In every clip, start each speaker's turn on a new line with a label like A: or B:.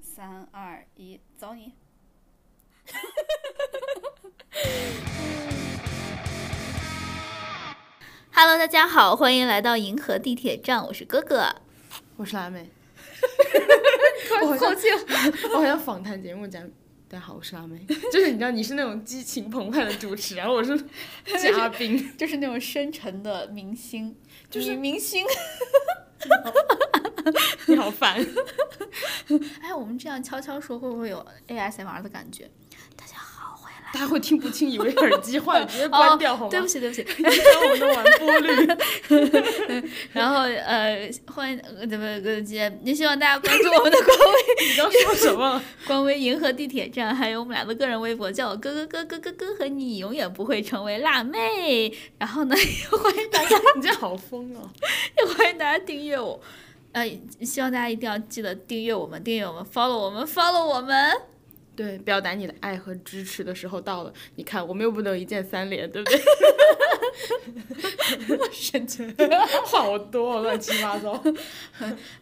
A: 三二一，走你！
B: Hello，大家好，欢迎来到银河地铁站，我是哥哥。
C: 我是蓝 莓，
A: 我
C: 好像
A: 气了。
C: 我好像访谈节目讲。大家好，我是蓝莓，就是你知道你是那种激情澎湃的主持人，我是嘉宾，
A: 就是那种深沉的明星，
C: 就是
A: 女明星。
C: 你好烦。
B: 哎，我们这样悄悄说，会不会有 ASMR 的感觉？
C: 大家会听不清，以为耳机坏了，直接关掉、好吗？
B: 哦对不起，对不起。
C: 影响我们的完播率。
B: 然后呃，欢迎呃怎么呃，姐，也希望大家关注 我们的官微
C: 你刚说什 么？
B: 官微银河地铁站，还有我们俩的个人微博，叫我哥哥哥哥哥哥和你永远不会成为辣妹。然后呢，也欢迎大家，
C: 你这好疯啊！
B: 也欢迎大家订阅我。呃，希望大家一定要记得订阅我们，订阅我们，follow 我们，follow 我们。
C: 对，表达你的爱和支持的时候到了。你看，我们又不能一键三连，对不对？我神经病， 好多乱七八糟。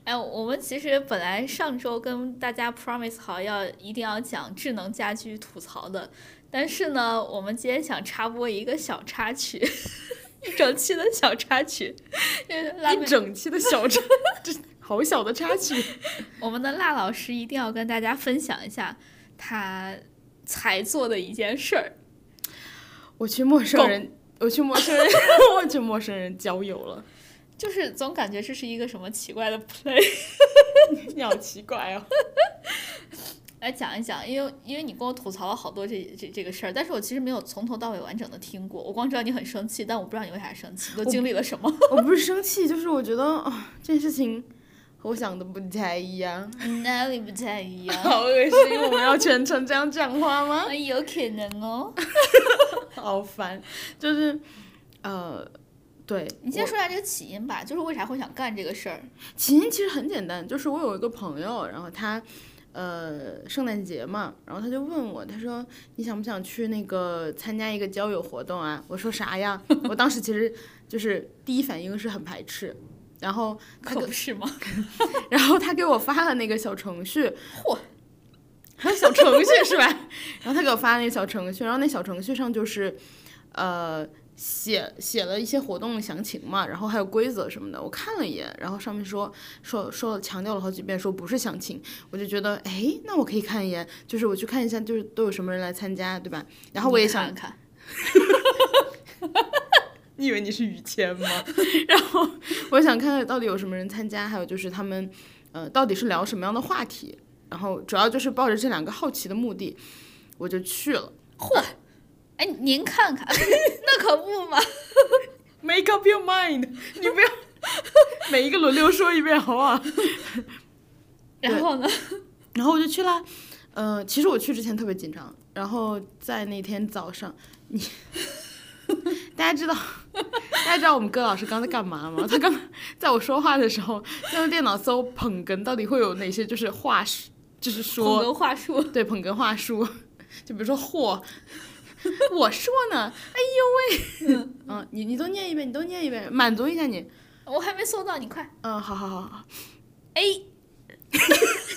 B: 哎，我们其实本来上周跟大家 promise 好要一定要讲智能家居吐槽的，但是呢，我们今天想插播一个小插曲， 一整期的小插曲，因为辣妹
C: 一整期的小插，这好小的插曲。
B: 我们的辣老师一定要跟大家分享一下他才做的一件事儿。
C: 我去陌生人，我去陌生人， 我去陌生人交友了，
B: 就是总感觉这是一个什么奇怪的 play，
C: 你好奇怪哦。
B: 来讲一讲，因为因为你跟我吐槽了好多这这这个事儿，但是我其实没有从头到尾完整的听过，我光知道你很生气，但我不知道你为啥生气，都经历了什么。
C: 我不是生气，就是我觉得啊，这件事情和我想的不太一样。
B: 哪里不啊太一样？
C: 好恶心，我们要全程这样讲话吗？
B: 有哎可能哦。
C: 好烦， 就是，呃，对，
B: 你先说一下这个起因吧，就是为啥会想干这个事儿？
C: 起因其实很简单，就是我有一个朋友，然后他，呃，圣诞节嘛，然后他就问我，他说你想不想去那个参加一个交友活动啊？我说啥呀？ 我当时其实就是第一反应是很排斥，然后他
B: 可
C: 给
B: 不是吗？
C: 然后他给我发了那个小程序，
B: 嚯，
C: 还有小程序是吧？ 然后他给我发那个小程序，然后那小程序上就是，呃，写写了一些活动详情嘛，然后还有规则什么的，我看了一眼，然后上面说说说强调了好几遍说不是详情，我就觉得哎，那我可以看一眼，就是我去看一下，就是都有什么人来参加，对吧？然后我也想
B: 你看看，
C: 你以为你是于谦吗？ 然后我想看看到底有什么人参加，还有就是他们，呃，到底是聊什么样的话题。然后主要就是抱着这两个好奇的目的，我就去了。
B: 嚯，哎，您看看，那可不嘛。
C: Make up your mind，你不要 每一个轮流说一遍，好不好？
B: 然后呢？
C: 然后我就去啦。呃，其实我去之前特别紧张，然后在那天早上，你 大家知道，大家知道我们戈老师刚才干嘛吗？他刚在我说话的时候，在用电脑搜捧哏到底会有哪些就是话术，就是
B: 捧
C: 说
B: 哏话术，
C: 对捧哏话术，就比如说嚯，我说呢，哎呦喂，嗯，你你都念一遍，你都念一遍，满足一下你，
B: 我还没搜到，你快。
C: 嗯，好好好好，
B: 哎，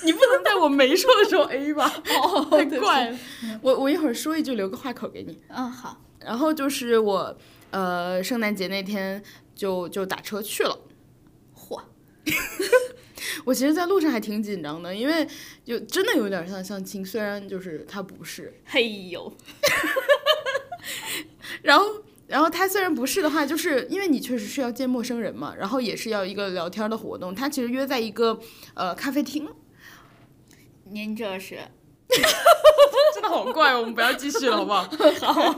C: 你不能在我没说的时候 A 吧。
B: 哦，
C: 太
B: 对不起。
C: 怪了。我我一会儿说一句，留个话口给你。
B: 嗯，好。
C: 然后就是我，呃，圣诞节那天就就打车去了。
B: 嚯，
C: 我其实，在路上还挺紧张的，因为就真的有点像相亲，虽然就是他不是。
B: 嘿呦，
C: 然后，然后他虽然不是的话，就是因为你确实是要见陌生人嘛，然后也是要一个聊天的活动。他其实约在一个呃咖啡厅，
B: 您这是
C: 真的好怪，我们不要继续了，好不 好？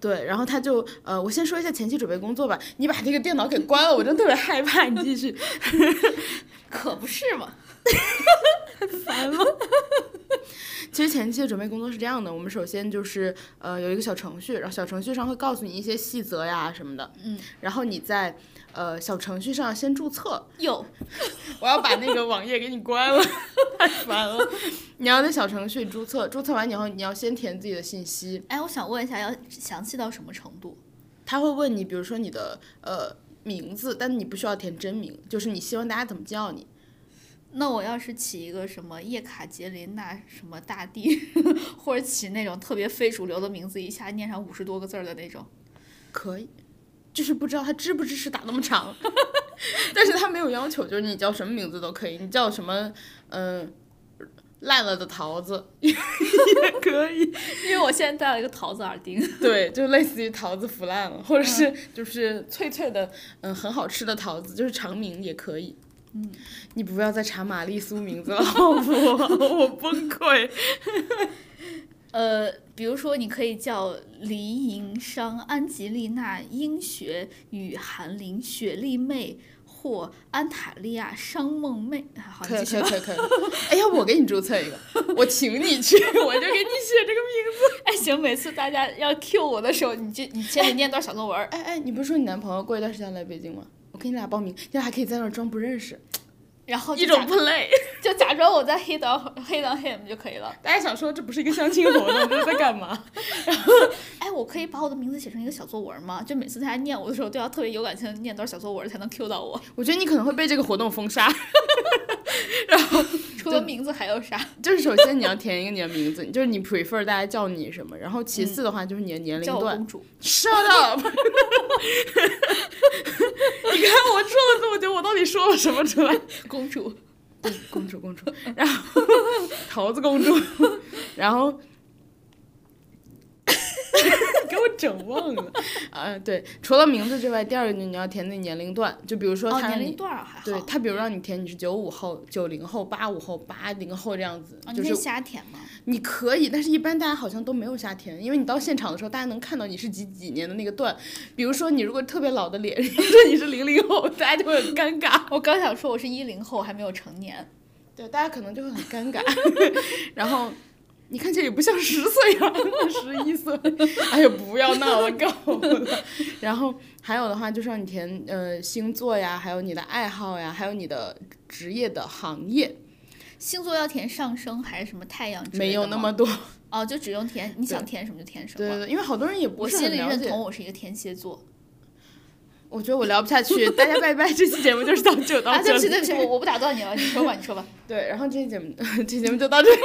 C: 对，然后他就呃，我先说一下前期准备工作吧。你把这个电脑给关了，我真的特别害怕。你继续。
B: 可不是嘛？
C: 其实前期的准备工作是这样的，我们首先就是呃有一个小程序，然后小程序上会告诉你一些细则呀什么的。
B: 嗯。
C: 然后你在呃小程序上先注册，
B: 哟，
C: 我要把那个网页给你关了， 太烦了。你要在小程序注册，注册完以后你要先填自己的信息，
B: 哎，我想问一下，要详细到什么程度？
C: 他会问你，比如说你的呃名字，但你不需要填真名，就是你希望大家怎么叫你。
B: 那我要是起一个什么叶卡捷琳娜什么大地， 或者起那种特别非主流的名字，一下念上五十多个字儿的那种，
C: 可以，就是不知道他支不支持打那么长， 但是他没有要求，就是你叫什么名字都可以，你叫什么，嗯、烂了的桃子 也可以，
B: 因为我现在戴了一个桃子耳钉。
C: 对，就类似于桃子腐烂了，或者是就是脆脆的，嗯、很好吃的桃子，就是长名也可以。嗯，你不要再查玛丽苏名字了，好不好？ 我崩溃。
B: 呃，比如说，你可以叫黎银商、安吉丽娜、英雪与韩林、雪莉妹或安塔利亚、商梦妹。啊好，你
C: 可以
B: 继
C: 可
B: 续
C: 以
B: 吧。
C: 可以可以。哎呀，我给你注册一个，我请你去， 我就给你写这个名字。
B: 哎，行，每次大家要 Q 我的时候，你就你先得念段小作文儿。
C: 哎哎，你不是说你男朋友过一段时间来北京吗？我给你俩报名，你俩还可以在那儿装不认识，哦
B: 然后
C: 一
B: 就
C: 种
B: 假
C: 不累。
B: 就假装我在黑到黑到 him 就可以了。
C: 大家想说这不是一个相亲活动，这是在干嘛？
B: 哎，我可以把我的名字写成一个小作文吗？就每次大家念我的时候，都要特别有感情地念段小作文儿才能 Q 到我。
C: 我觉得你可能会被这个活动封杀。
B: 除了名字还有啥？
C: 就是首先你要填一个你的名字，就是你 prefer 大家叫你什么，然后其次的话就是你的年
B: 叫
C: 龄
B: 我
C: 段。
B: 公 主。
C: Shut up！你看 我说了这么久，我到底说了什么出来？
B: 公主。
C: 公 主公主，然后桃子公主，然后给我整忘了啊！对，除了名字之外，第二个你要填那年龄段，就比如说
B: 哦，
C: 他
B: 年
C: 让
B: 龄
C: 你。
B: 段儿还好。
C: 对他，比如让你填你是九五后、九零后、八五后、八零后这样子
B: 哦，，你
C: 就
B: 可以
C: 是
B: 瞎填吗？
C: 你可以，但是一般大家好像都没有瞎填，因为你到现场的时候，大家能看到你是几几年的那个段。比如说你如果特别老的脸， 说你是零零后，大家就会很尴尬。
B: 我刚想说我是一零后，还没有成年。
C: 对，大家可能就会很尴尬。 然后你看起来也不像十岁啊，十一岁。哎呀，不要闹了，够了。然后还有的话，就是让你填呃星座呀，还有你的爱好呀，还有你的职业的行业，
B: 星座要填上升还是什么太阳之类的
C: 没有那
B: 吗
C: 么多。
B: 哦，就只用填你想填什么就填什
C: 对对
B: 么。
C: 对，因为好多人也不
B: 我
C: 是
B: 心
C: 很
B: 里
C: 了
B: 认
C: 解。
B: 同我是一个天蝎座。
C: 我觉得我聊不下去，大家拜拜。这期节目就是到就到
B: 啊，
C: 这
B: 对
C: 里。
B: 不起对不起，我我不打断你了，你说吧你说吧。
C: 对，然后这期节目， 这期节目就到这里。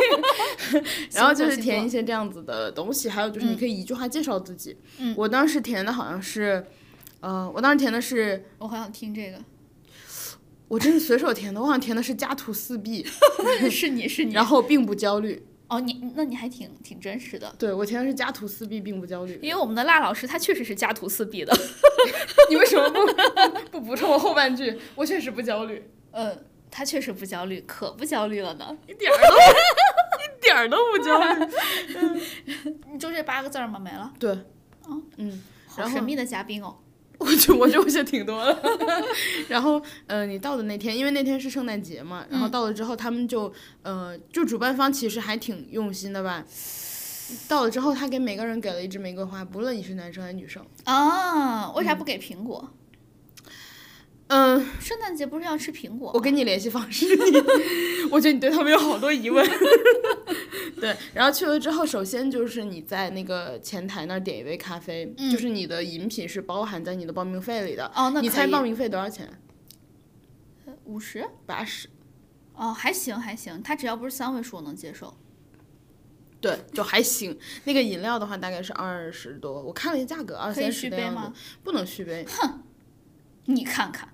C: 然后
B: 星
C: 就
B: 座
C: 是
B: 星
C: 填
B: 座
C: 一些这样子的东西，还有就是你可以一句话介绍自己。
B: 嗯
C: 我当时填的好像是，呃，我当时填的是，
B: 我好想听这个。
C: 我真是随手填的，我好像填的 是家徒四壁，
B: 是你是你。
C: 然后并不焦虑。
B: 哦，你那你还挺挺真实的。
C: 对我填的是家徒四壁并不焦虑。
B: 因为我们的辣老师他确实是家徒四壁的，
C: 你为什么不不 补充我后半句？我确实不焦虑，
B: 嗯，他确实不焦虑，可不焦虑了呢。
C: 一点儿都一 点儿都不焦虑。
B: 你就这八个字儿吗？没了，
C: 对，嗯。
B: 好
C: 然后
B: 神秘的嘉宾哦。
C: 我觉我觉得我写挺多了。 然后，呃，你到的那天，因为那天是圣诞节
B: 嗯
C: 嘛，然后到了之后，他们就，呃，就主办方其实还挺用心的吧。到了之后，他给每个人给了一支玫瑰花，不论你是男生还是女生。
B: 啊，为啥不给苹果？
C: 嗯、
B: 圣诞节不是要吃苹果吗？
C: 我给你联系方式，你 我觉得你对他们有好多疑问。 对，然后去了之后，首先就是你在那个前台那儿点一杯咖啡，就是你的饮品是包含在你的报名费里的。
B: 嗯哦，那
C: 你
B: 可
C: 猜
B: 以呃
C: 报名费多少钱？
B: 五十？
C: 八十。
B: 哦，还行还行，他只要不是三位数，我能接受。
C: 对，就还行。那个饮料的话，大概是二十多，我看了一下价格，二
B: 可以
C: 三
B: 续
C: 十的
B: 杯
C: 样
B: 吗
C: 子。不能续杯。
B: 你看看，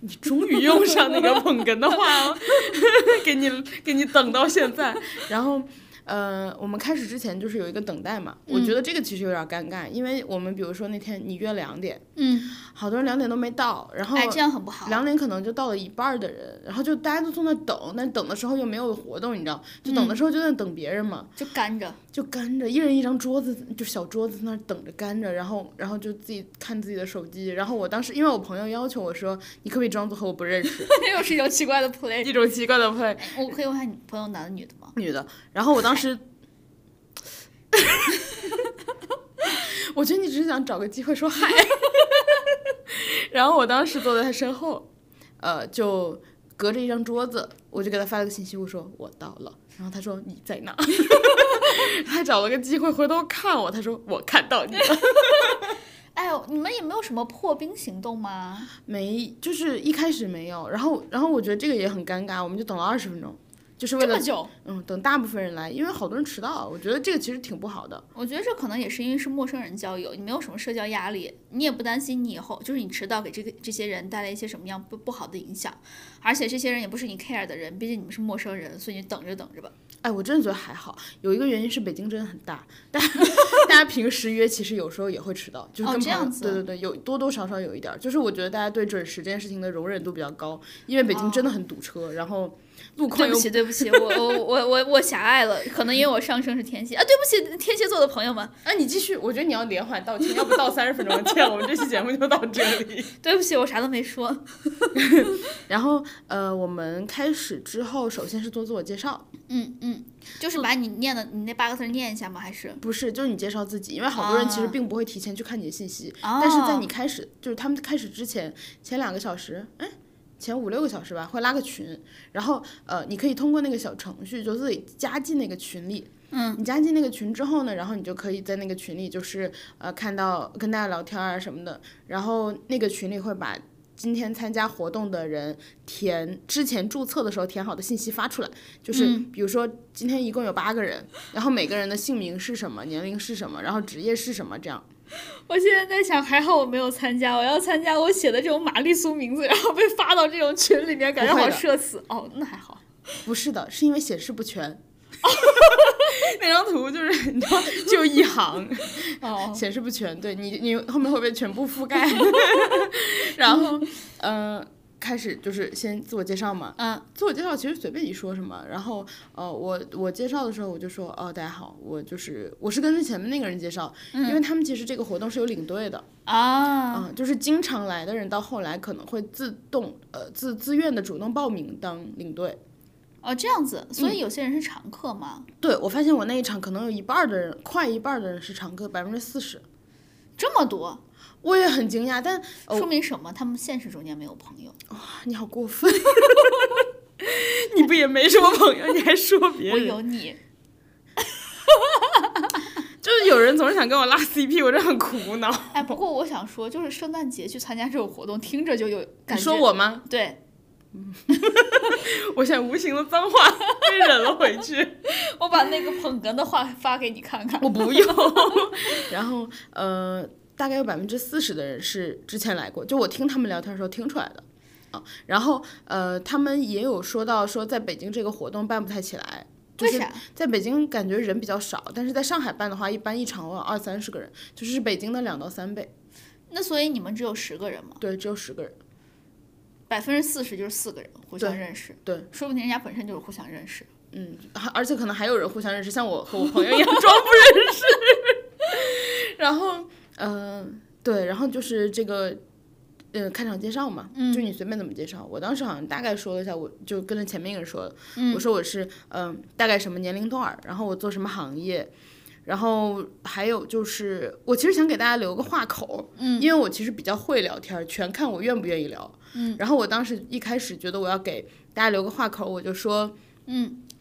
C: 你终 于用上那个捧哏的话了， 给你给你等到现在。然后，呃，我们开始之前就是有一个等待嘛，我
B: 嗯
C: 觉得这个其实有点尴尬，因为我们比如说那天你约两点，
B: 嗯，
C: 好多人两点都没到，然后
B: 哎，这样很不好。
C: 两点可能就到了一半儿的人，然后就大家都坐那等，但等的时候又没有活动，你知道，就
B: 嗯
C: 等的时候就在那等别人嘛。
B: 就干 着，
C: 就干着，一人一张桌子，就小桌子在那儿等着干着，然后然后就自己看自己的手机。然后我当时因为我朋友要求我说，你可不可以装作和我不认识，
B: 又是一种奇怪的 play。
C: 一种奇怪的 play
B: 哎我可以问下你朋友男的女的吗？
C: 女的。然后我当时，我觉得你只是想找个机会说嗨。然后我当时坐在他身后，呃，就隔着一张桌子，我就给他发了个信息，我说我到了。然后他说你在 哪？他找了个机会回头看我，他说我看到你了。
B: 哎，哎呦，你们也没有什么破冰行动吗？
C: 没，就是一开始没有，然后然后我觉得这个也很尴尬，我们就等了二十分钟，就是为
B: 这
C: 了
B: 么久，
C: 嗯等大部分人来，因为好多人迟到，我觉得这个其实挺不好的。
B: 我觉得这可能也是因为是陌生人交友，你没有什么社交压力，你也不担心你以后就是你迟到给这个这些人带来一些什么样不不好的影响，而且这些人也不是你 care 的人，毕竟你们是陌生人，所以你等着等着吧。
C: 哎，我真的觉得还好，有一个原因是北京真的很大， 大家大家平时约其实有时候也会迟到，就是
B: 哦
C: 跟
B: 这
C: 朋友、
B: 样子
C: 对对对，有多多少少有一点儿，就是我觉得大家对准时这件事情的容忍度比较高，因为北京真的很堵车，然后路况
B: 哦对
C: 又
B: 不起，对不起，我我我我我狭隘了，可能因为我上升是天蝎啊，对不起，天蝎座的朋友们，
C: 哎，你继续，我觉得你要连环道歉，要不到三十分钟歉，我们这期节目就到这里。
B: 对不起，我啥都没说。
C: 然后呃，我们开始之后，首先是做自我介绍，
B: 嗯嗯，就是把你念的你那八个字儿念一下吗？还是？
C: 不是，就是你介绍自己，因为好多人其实
B: 啊
C: 并不会提前去看你的信息，
B: 哦
C: 但是在你开始，就是他们开始之前前两个小时，哎。前五六个小时吧，会拉个群，然后呃，你可以通过那个小程序就自己加进那个群里。嗯，你加进那个群之后呢，然后你就可以在那个群里就是呃看到跟大家聊天啊什么的，然后那个群里会把今天参加活动的人填之前注册的时候填好的信息发出来，就是比如说今天一共有八个人，然后每个人的姓名是什么，年龄是什么，然后职业是什么，这样。
B: 我现在在想，还好我没有参加，我要参加我写的这种玛丽苏名字，然后被发到这种群里面，感觉
C: 不会
B: 好
C: 的
B: 社死。哦，那还好。
C: 不是的，是因为显示不全。 那张图就是你知道，只有一行，
B: 哦，
C: 显示不全。对你，你后面会被全部覆盖。然后，呃，开始就是先自我介绍嘛。
B: 嗯，
C: 自我介绍其实随便你说什么。然后，呃，我我介绍的时候我就说，哦，大家好，我就是我是跟着前面那个人介绍，因为他们其实这个活动是有领队的。
B: 啊，
C: 啊、就是经常来的人到后来可能会自动呃自自愿的主动报名当领队。
B: 哦，这样子，所以有些人是常客嘛，
C: 对我发现我那一场可能有一半儿的人，快一半儿的人是常客，百分之四十。
B: 这么多，
C: 我也很惊讶，但、哦、
B: 说明什么？他们现实中间没有朋友。
C: 你好过分， 你不也没什么朋友，你还说别
B: 我
C: 人？
B: 有你，
C: 就是有人总是想跟我拉 CP，我真的很苦恼。
B: 哎，不过我想说，就是圣诞节去参加这种活动，听着就有感
C: 你
B: 觉。
C: 说我吗？
B: 对，
C: 我想无形的脏话 被忍了回去。
B: 我把那个捧哏的话发给你看看。
C: 我不用。然后呃，大概有百分之四十的人是之前来过，就我听他们聊天的时候听出来的。啊，然后呃，他们也有说到说在北京这个活动办不太起来。就
B: 为
C: 是
B: 啥？
C: 在北京感觉人比较少，但是在上海办的话，一般一场我有二三十个人，就是北京的两到三倍。
B: 那所以你们只有十个人吗？
C: 对，只有十个人。
B: 百分之四十就是四个人互相
C: 对
B: 认识，
C: 对，
B: 说不定人家本身就是互相认识。
C: 嗯，还而且可能还有人互相认识，像我和我朋友
B: 哎
C: 一样装不认识。然后，嗯、对，然后就是这个，呃，开场介绍嘛，就你随便怎么介绍。我当时好像大概说了一下，我就跟着前面一个人说的，我说我是嗯、大概什么年龄段，儿，然后我做什么行业。然后还有就是，我其实想给大家留个话口，嗯，因为我其实比较会聊天儿，全看我愿不愿意聊，嗯。然后我当时一开始觉得我要给大家留个话口，我就说，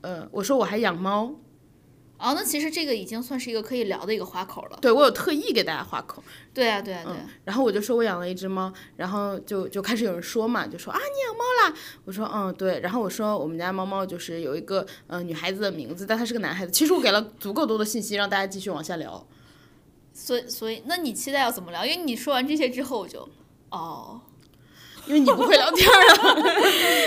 C: 呃，我说我还养猫，
B: 哦，那其实这个已经算是一个可以聊的一个花口了。
C: 对我有特意给大家画口，
B: 对啊，对啊，对啊。
C: 然后我就说我养了一只猫，然后就就开始有人说嘛，就说啊你养猫啦，我说嗯对，然后我说我们家猫猫就是有一个呃女孩子的名字，但它是个男孩子，其实我给了足够多的信息让大家继续往下聊，嗯
B: 所以，所以，那你期待要怎么聊？因为你说完这些之后，我就，哦，
C: 因为你不会聊天儿啊，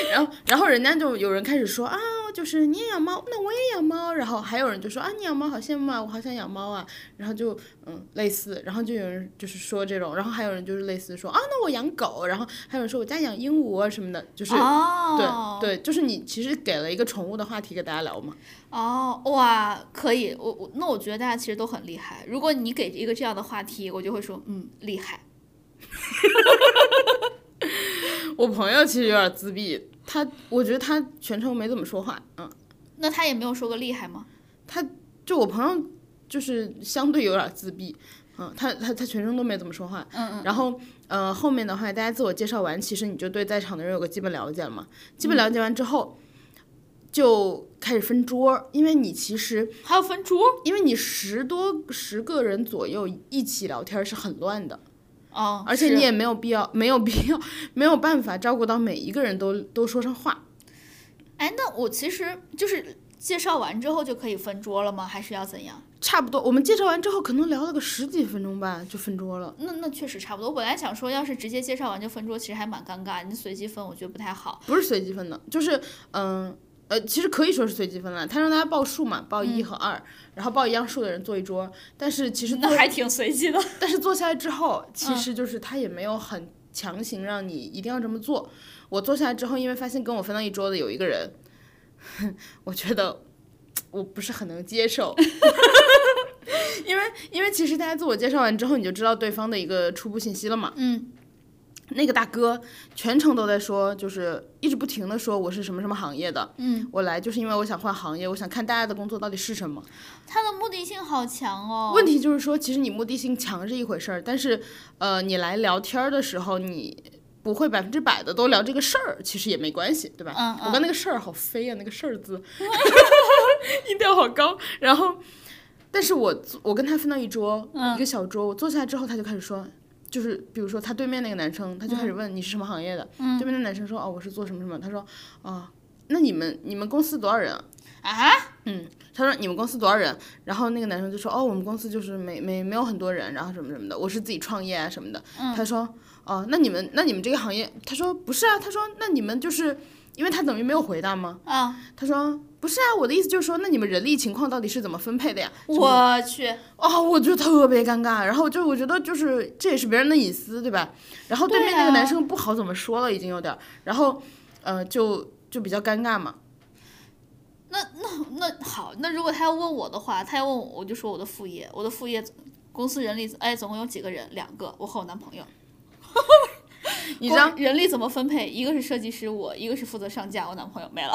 C: 然后然后人家就有人开始说啊就是你也养猫，那我也养猫，然后还有人就说啊你养猫好羡慕啊，我好想养猫啊，然后就嗯类似，然后就有人就是说这种，然后还有人就是类似说啊那我养狗，然后还有人说我家养鹦鹉啊什么的，就是、
B: 哦，
C: 对对，就是你其实给了一个宠物的话题给大家聊嘛，
B: 哦，哇，可以，我我那我觉得大家其实都很厉害。如果你给一个这样的话题，我就会说，嗯，厉害。
C: 我朋友其实有点自闭，他我觉得他全程没怎么说话，嗯，
B: 那他也没有说过厉害吗？
C: 就我朋友就是相对有点自闭。嗯，他他他全程都没怎么说话，嗯嗯，然后呃后面的话，大家自我介绍完，其实你就对在场的人有个基本了解了嘛。基本了解完之后，就开始分桌，因为你其实
B: 还要分桌？
C: 因为你十多十个人左右一起聊天是很乱的，
B: 哦，
C: 而且你
B: 是
C: 也没有必要，没有必要，没有办法照顾到每一个人都都说上话。
B: 哎，那我其实就是介绍完之后就可以分桌了吗？还是要怎样？
C: 差不多，我们介绍完之后，可能聊了个十几分钟吧，就分桌了。
B: 那那确实差不多。我本来想说，要是直接介绍完就分桌，其实还蛮尴尬。你随机分，我觉得不太好。
C: 不是随机分的，就是嗯呃其实可以说是随机分了。他让大家报数嘛，报一
B: 嗯
C: 和二、然后报一样数的人坐一桌。但是其实坐
B: 那还挺随机 的。
C: 但是坐下来之后，其实就是他也没有很强行让你一定要这么做。我坐下来之后，因为发现跟我分到一桌的有一个人， 我觉得我不是很能接受。 因为因为其实大家自我介绍完之后，你就知道对方的一个初步信息了嘛。
B: 嗯，
C: 那个大哥全程都在说，就是一直不停的说我是什么什么行业的，嗯，我来就是因为我想换行业，我想看大家的工作到底是什么。
B: 他的目的性好强哦。
C: 问题就是说，其实你目的性强是一回事儿，但是，呃，你来聊天儿的时候，你不会百分之百的都聊这个事儿，其实也没关系，对吧？
B: 嗯
C: 我刚那个事儿好飞啊，那个事 儿字，音调好高。然后，但是我我跟他分到一桌，
B: 嗯
C: 一个小桌，我坐下来之后，他就开始说。就是比如说，他对面那个男生，他就
B: 嗯
C: 开始问你是什么行业的。对面那男生说：“哦，我是做什么什么。”他说：“啊，那你们你们公司多少人啊？”
B: 啊，
C: 他说你们公司多少人？然后那个男生就说哦，我们公司就是没没没有很多人，然后什么什么的，我是自己创业啊什么的。他
B: 嗯
C: 说哦，那你们那你们这个行业？他说不是啊，他说那你们就是因为他等于没有回答吗？
B: 啊，
C: 他说不是啊，我的意思就是说，那你们人力情况到底是怎么分配的呀？
B: 我去，
C: 哦，我就特别尴尬，然后就我觉得就是这也是别人的隐私，对吧？然后对面
B: 对
C: 那个
B: 啊
C: 男生不好怎么说了，已经有点儿，然后呃就就比较尴尬嘛。
B: 那好，那如果他要问我的话，他要问我，我就说我的副业，我的副业公司人力，哎，总共有几个人？两个，我和我男朋友。
C: 你知道
B: 公人力怎么分配？一个是设计师，我；一个是负责上架，我男朋友没了。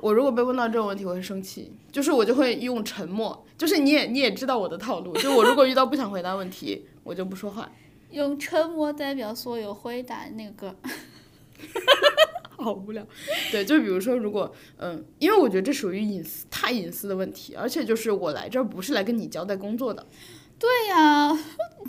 C: 我如果被问到这种问题，我会生气，就是我就会用沉默，就是你也你也知道我的套路，就是我如果遇到不想回答问题，我就不说话，
B: 用沉默代表所有回答，那个歌
C: 好无聊。对，就比如说，如果嗯，因为我觉得这属于隐私太隐私的问题，而且就是我来这儿不是来跟你交代工作的，
B: 对呀、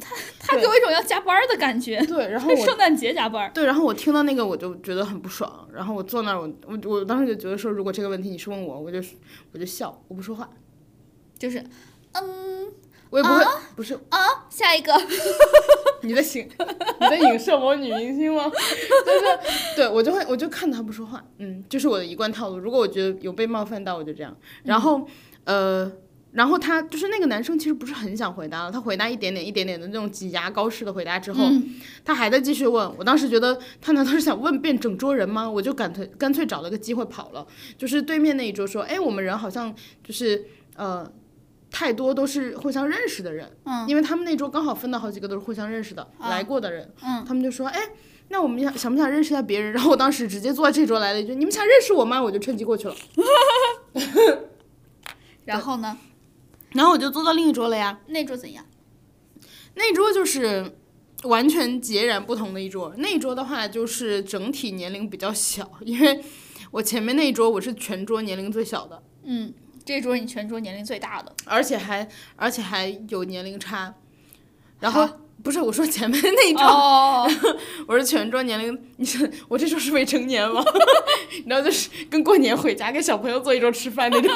B: 他他给我一种要加班儿的感觉，
C: 对，然 后我
B: 圣诞节加班儿。
C: 对，然后我听到那个我就觉得很不爽，然后我坐那儿，我我我当时就觉得说，如果这个问题你是问我，我就我就笑，我不说话，
B: 就是嗯啊
C: 我也不会，不是
B: 下一个，
C: 你在影你在影射某女明星吗？ 就是对我就会我就看她不说话，嗯，这、是我的一贯套路。如果我觉得有被冒犯到，我就这样。然后、呃，然后他就是那个男生，其实不是很想回答了，他回答一点点一点点的那种挤牙膏式的回答之后，他还在继续问。我当时觉得他难道是想问遍整桌人吗？我就干脆干脆找了个机会跑了，就是对面那一桌说，哎，我们人好像就是呃。太多都是互相认识的人，嗯，因为他们那桌刚好分到好几个都是互相认识的、来过的人，嗯，他们就说，哎，那我们想想不想认识一下别人？然后我当时直接坐在这桌来了一句，你们想认识我吗？我就趁机过去了，
B: 然后呢？
C: 然后我就坐到另一桌了呀。
B: 那桌怎样？
C: 那一桌就是完全截然不同的一桌，那一桌的话就是整体年龄比较小，因为我前面那一桌我是全桌年龄最小的，
B: 嗯，这桌你全桌年龄最大的，
C: 而且还而且还有年龄差，然后。不是我说前面那一 桌
B: 哦，
C: 我是全桌年龄，你是我这时候是未成年吗？ 你知道，就是跟过年回家跟小朋友坐一桌吃饭那种。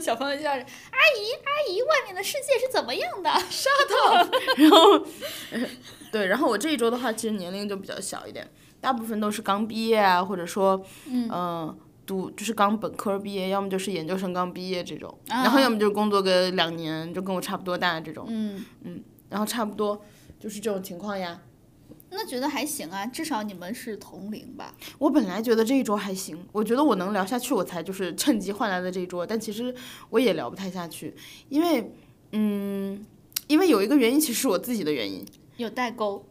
B: 小朋友就叫着阿姨，阿姨，外面的世界是怎么样的？
C: 然后，呃 对，然后我这一桌的话，其实年龄就比较小一点，大部分都是刚毕业啊，或者说，嗯、读就是刚本科毕业，要么就是研究生刚毕业这种，然后要么就是工作个两年，就跟我差不多大这种，
B: 嗯，
C: 然后差不多就是这种情况呀。
B: 那觉得还行啊，至少你们是同龄吧？
C: 我本来觉得这一桌还行，我觉得我能聊下去，我才就是趁机换来的这一桌，但其实我也聊不太下去，因为，嗯，因为有一个原因，其实是我自己的原因，
B: 有代沟，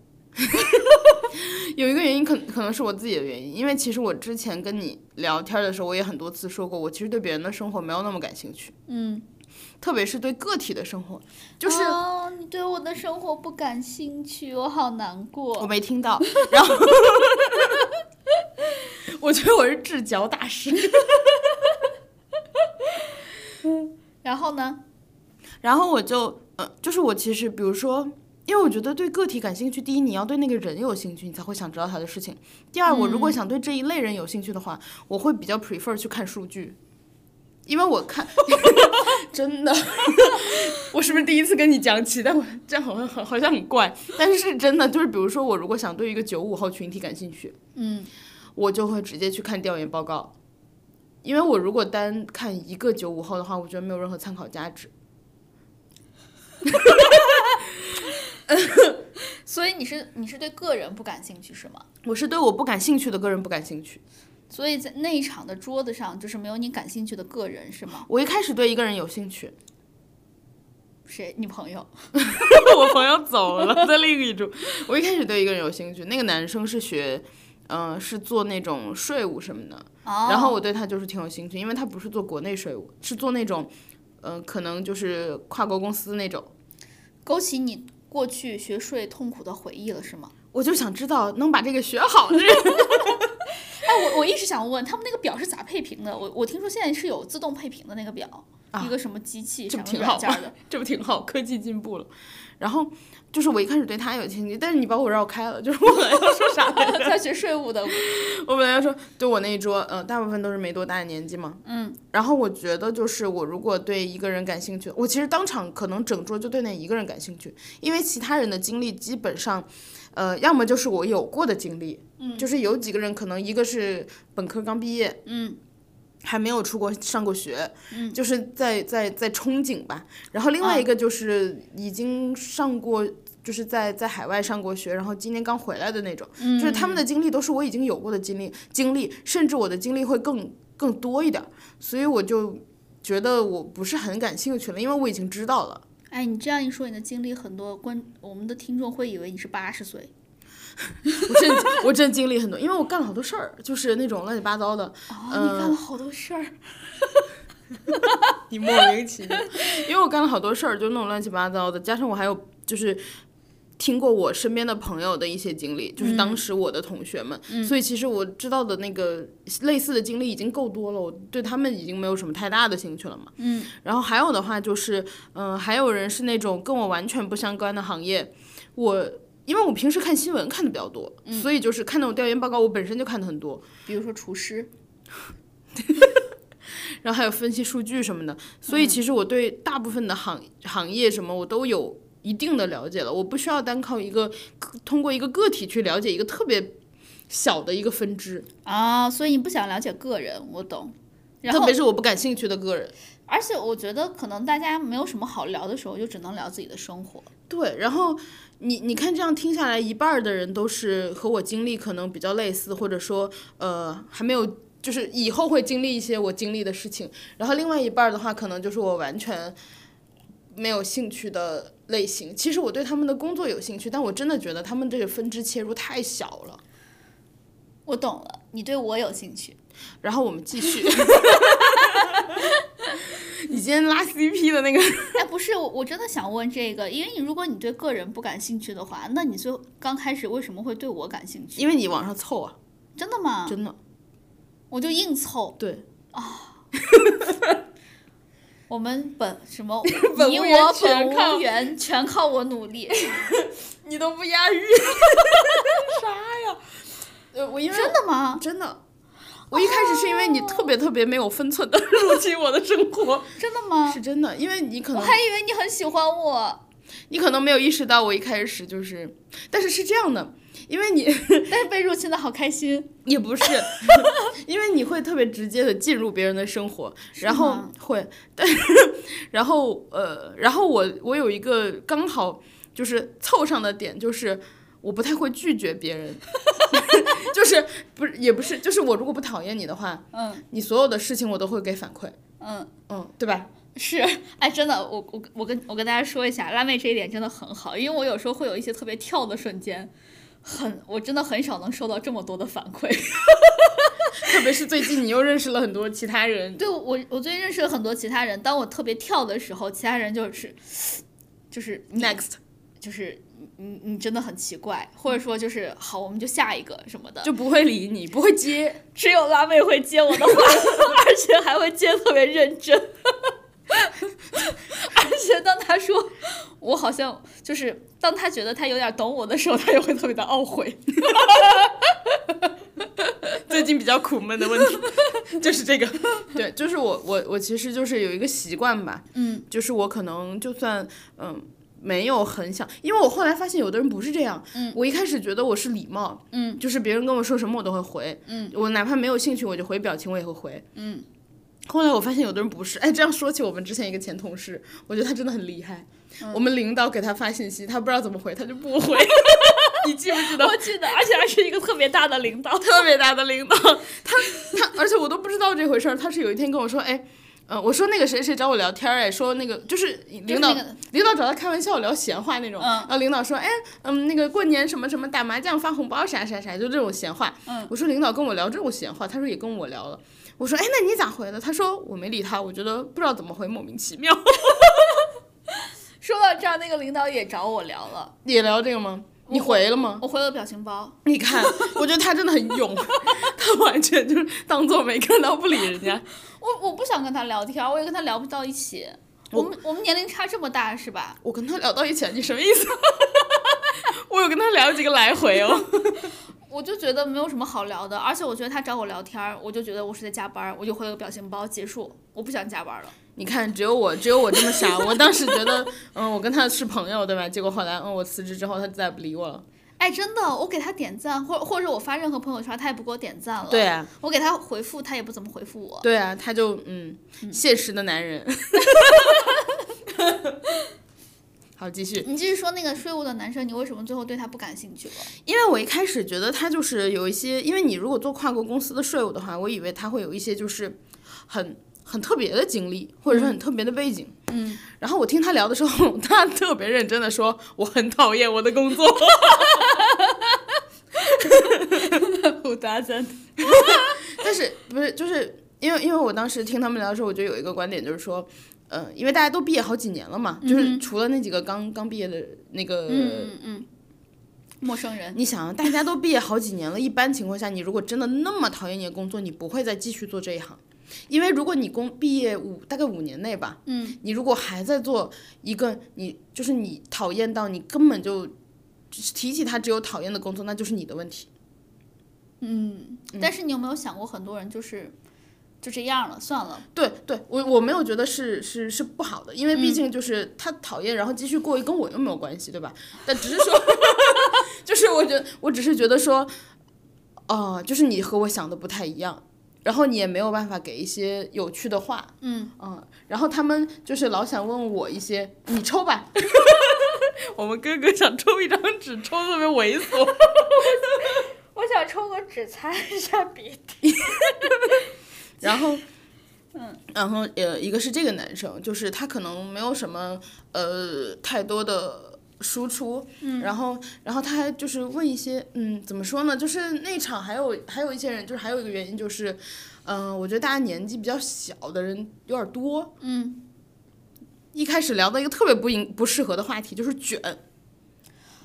C: 有一个原因可可能是我自己的原因，因为其实我之前跟你聊天的时候，我也很多次说过，我其实对别人的生活没有那么感兴趣，
B: 嗯，
C: 特别是对个体的生活，就是
B: 哦，你对我的生活不感兴趣，我好难
C: 我
B: 过。
C: 没听到，然后 我觉得我是治嚼大师。
B: 然后呢？
C: 然后我就，呃，就是我其实，比如说，因为我觉得对个体感兴趣，第一你要对那个人有兴趣，你才会想知道他的事情；第二，我如果想对这一类人有兴趣的话，我会比较 prefer 去看数据，因为我看 真的， 我是不是第一次跟你讲起？但我这样好像好好像很怪，但是是真的，就是比如说我如果想对一个九五后群体感兴趣，
B: 嗯，
C: 我就会直接去看调研报告，因为我如果单看一个九五后的话，我觉得没有任何参考价值。
B: 所以你是你是对个人不感兴趣是吗？
C: 我是对我不感兴趣的个人不感兴趣。
B: 所以在那一场的桌子上，就是没有你感兴趣的个人是吗？
C: 我一开始对一个人有兴趣，
B: 谁？你朋友？
C: 我朋友走了，在另一组。我一开始对一个人有兴趣，那个男生是学，嗯、是做那种税务什么的。
B: 哦
C: 然后我对他就是挺有兴趣，因为他不是做国内税务，是做那种，嗯、可能就是跨国公司那种。
B: 勾起你过去学税痛苦的回忆了是吗？
C: 我就想知道能把这个学好的人，
B: 哎，我我一直想问他们那个表是咋配平的？我我听说现在是有自动配平的那个表，一个什么机器
C: 啊这
B: 什
C: 不
B: 么
C: 挺好
B: 软件
C: 吗
B: 的，？
C: 这不挺好？科技进步了。然后就是我一开始对他有兴趣，但是你把我绕开了，就是我本来要说啥来着？
B: 在学税务的，
C: 我本来要说，对我那一桌，呃，大部分都是没多大的年纪嘛。
B: 嗯。
C: 然后我觉得，就是我如果对一个人感兴趣，我其实当场可能整桌就对那一个人感兴趣，因为其他人的经历基本上，呃，要么就是我有过的经历，嗯，就是有几个人可能一个是本科刚毕业，
B: 嗯，
C: 还没有出国上过学，嗯，就是在在在憧憬吧。然后另外一个就是已经上过。就是在在海外上过学，然后今年刚回来的那种，就是他们的经历都是我已经有过的经历，经历，甚至我的经历会更更多一点儿，所以我就觉得我不是很感兴趣了，因为我已经知道了。
B: 哎，你这样一说，你的经历很多观我们的听众会以为你是八十岁，
C: 我真 我真经历很多，因为我干了好多事儿，就是那种乱七八糟的，
B: 哦，你干了好多事儿，
C: 你莫名其妙。因为我干了好多事儿，就那种乱七八糟的，加上我还有就是听过我身边的朋友的一些经历，就是当时我的同学们，所以其实我知道的那个类似的经历已经够多了，我对他们已经没有什么太大的兴趣了嘛。嗯。然后还有的话就是，嗯、还有人是那种跟我完全不相关的行业，我。因为我平时看新闻看的比较多，所以就是看那种调研报告，我本身就看的很多，
B: 比如说厨师，
C: 然后还有分析数据什么的，所以其实我对大部分的行行业什么我都有一定的了解了，我不需要单靠一个个通过一个个体去了解一个特别小的一个分支，
B: 啊，所以你不想了解个人，我懂。然
C: 特
B: 后
C: 别，是我不感兴趣的个人。
B: 而且我觉得可能大家没有什么好聊的时候，就只能聊自己的生活。
C: 对，然后你你看这样听下来，一半儿的人都是和我经历可能比较类似，或者说呃还没有。就是以后会经历一些我经历的事情，然后另外一半儿的话，可能就是我完全没有兴趣的类型。其实我对他们的工作有兴趣，但我真的觉得他们这个分支切入太小了。
B: 我懂了，你对我有兴趣，
C: 然后我们继续， 你今天拉 CP 的那个
B: 哎，不是我，我真的想问这个，因为你如果你对个人不感兴趣的话，那你最刚开始为什么会对我感兴趣？
C: 因为你往上凑啊，
B: 真的吗？
C: 真的
B: 我就硬凑。
C: 对。
B: 我们本什么
C: 本
B: 你
C: 无缘
B: 我
C: 全
B: 本
C: 靠
B: 无缘，全靠我努力。
C: 你都不押 韵，啥呀？呃，我因为哦
B: 真的吗？
C: 真的，我一开始是因为你特别特别没有分寸的入侵我的生活，
B: 真的吗？
C: 是真的，因为你可
B: 我
C: 能
B: 还以为你很喜欢我，
C: 你可能没有意识到我一开始就是，但是是这样的，因为你
B: 但是被入侵的好开心。
C: 也 不是，因为你会特别直接的进入别人的生活，然后
B: 吗
C: 会，但是然后呃，然后我我有一个刚好就是凑上的点，就是我不太会拒绝 别人，就是不是也不是，就是我如果不讨厌你的话，
B: 嗯
C: 你所有的事情我都会给反馈，
B: 嗯，
C: 嗯，对吧？
B: 是，哎，真的，我我我跟我跟大家说一下，辣妹这一点真的很好，因为我有时候会有一些特别跳的瞬间，很，我真的很少能收到这么多的反馈。
C: 特别是最近你又认识了很多其他人，
B: 对我，我最近认识了很多其他人，当我特别跳的时候，其他人就是，就是你
C: next
B: 就是你你你真的很奇怪，或者说就是好，我们就下一个什么的，
C: 就不会理你，不会接，
B: 只有辣妹会接我的话，而且还会接得特别认真。 而且当他说我好像就是当他觉得他有点懂我的时候，他也会特别的懊 悔。
C: 最近比较苦闷的问题 就是这个。对，就是我我我其实就是有一个习惯吧，
B: 嗯，
C: 就是我可能就算嗯没有很想，因为我后来发现有的人不是这样，
B: 嗯，
C: 我一开始觉得我是礼貌，
B: 嗯，
C: 就是别人跟我说什么我都会回，
B: 嗯，
C: 我哪怕没有兴趣我就回表情我也会回，
B: 嗯。
C: 后来我发现有的人不是，哎，这样说起我们之前一个前同事，我觉得他真的很厉害。我们领导给他发信息，他不知道怎么回，他就不回。你记不记得？
B: 我记得，而且还是一个特别大的领导，
C: 特别大的领导，他 他，而且我都不知道这回事儿。他是有一天跟我说，哎，呃，我说那个谁谁找我聊天儿，哎，说那个就是领导、
B: 就是那个
C: 领导找他开玩笑聊闲话那种，
B: 嗯
C: 然后领导说，哎，嗯，那个过年什么什么打麻将发红包啥啥啥，就这种闲话。
B: 嗯
C: 我说领导跟我聊这种闲话，他说也跟我聊了。我说，哎，那你咋回的？他说我没理他，我觉得不知道怎么回，莫名其妙。
B: 说到这儿，那个领导也找我聊了，
C: 也聊这个吗？你回 了吗？
B: 我回了表情包。
C: 你看，我觉得他真的很勇， 他完全就是当做没看到，不理人家。
B: 我我不想跟他聊天，我也跟他聊不到一起。我们我们年龄差这么大是吧？
C: 我跟他聊到一起，你什么意思？ 我有跟他聊几个来回哦。
B: 我就觉得没有什么好聊的，而且我觉得他找我聊天儿，我就觉得我是在加班儿，我就回了个表情包结束，我不想加班了。
C: 你看，只有我，只有我这么傻。我当时觉 得，嗯，我跟他是朋友，对吧？结果后来，嗯，我辞职之后，他再也不理我了。
B: 哎，真的，我给他点赞，或或者我发任何朋友圈，他也不给我点赞了。
C: 对，啊，
B: 我给他回复，他也不怎么回复我。
C: 对啊，他就嗯，现实的男人。 好，继续。
B: 你继续说那个税务的男生，你为什么最后对他不感兴趣了？
C: 因为我一开始觉得他就是有一些，因为你如果做跨国公司的税务的话，我以为他会有一些就是很很特别的经历，或者是很特别的背景。
B: 嗯，
C: 然后我听他聊的时候， 他特别认真的说：“我很讨厌我的 工作。
B: 不搭赞。”
C: 但是不是就是因为因为我当时听他们聊的时候，我觉得有一个观点就是说。呃，因为大家都毕业好几年了嘛，就是除了那几个刚刚毕业的那个，
B: 嗯嗯，陌生人。
C: 你想啊，大家都毕业好几年了，一般情况下，你如果真的那么讨厌你的工作，你不会再继续做这一行，因为如果你工毕业五大概五年内吧，
B: 嗯，
C: 你如果还在做一个你就是你讨厌到你根本就就是提起他只有讨厌的工作，那就是你的问题。嗯
B: 但是你有没有想过，很多人就是就这样了，算了。
C: 对对，我我没有觉得是是是不好的，因为毕竟就是他讨厌，然后继续过，跟我又没有关系，对吧？但只是说， 就是我觉得，我只是觉得说，哦、就是你和我想的不太一样，然后你也没有办法给一些有趣的话，
B: 嗯，
C: 嗯，然后他们就是老想问我一些，你抽吧。 我们哥哥想抽一张纸，抽特别猥琐。
D: 我想抽个纸擦一下鼻涕。
C: 然后，嗯，然后呃，一个是这个男生，就是他可能没有什么呃太多的输出，嗯，然后然后他还就是问一些，嗯，怎么说呢？就是那场还有还有一些人，就是还有一个原因就是，嗯、我觉得大家年纪比较小的人有点多，
B: 嗯，
C: 一开始聊到一个特别不应不适合的话题，就是卷，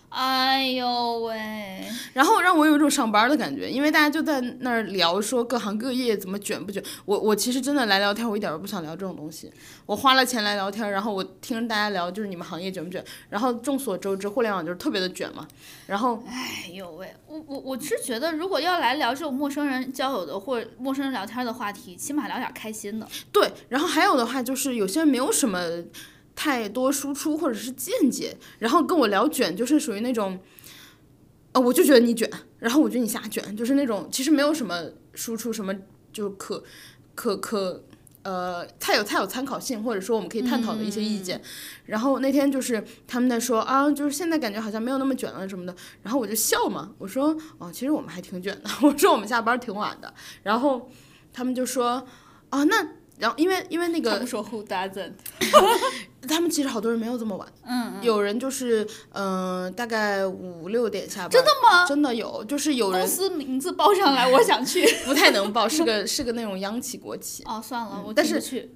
B: 哎呦喂，
C: 然后让我有一种上班的感觉，因为大家就在那儿聊说各行各业怎么卷不卷。我我其实真的来聊天，我一点都不想聊这种东西。我花了钱来聊天，然后我听着大家聊就是你们行业卷不卷。然后众所周知，互联网就是特别的卷嘛。然后
B: 哎呦喂，我我我是觉得，如果要来聊这种陌生人交友的或者陌生人聊天的话题，起码聊点开心的。
C: 对，然后还有的话就是有些人没有什么太多输出或者是见解，然后跟我聊卷，就是属于那种，呃，我就觉得你卷，然后我觉得你瞎卷，就是那种其实没有什么输出什么，就可可可。呃，太有太有参考性，或者说我们可以探讨的一些意见。然后那天就是他们在说啊，就是现在感觉好像没有那么卷了什么的。然后我就笑嘛，我说哦，其实我们还挺卷的。 我说我们下班挺晚的。然后他们就说啊，那然后因为因为那
B: 他
C: 个
B: 们说 Who doesn't？
C: 他们其实好多人没有这么晚，
B: 嗯，
C: 有人就是嗯、呃大概五六点下班。真的吗？真的有，就是有
B: 公
C: 人
B: 司名字报上来，我想去。
C: 不太能报，是个是个那种央企国企，
B: 哦，算了，我
C: 但
B: 进不
C: 是
B: 去。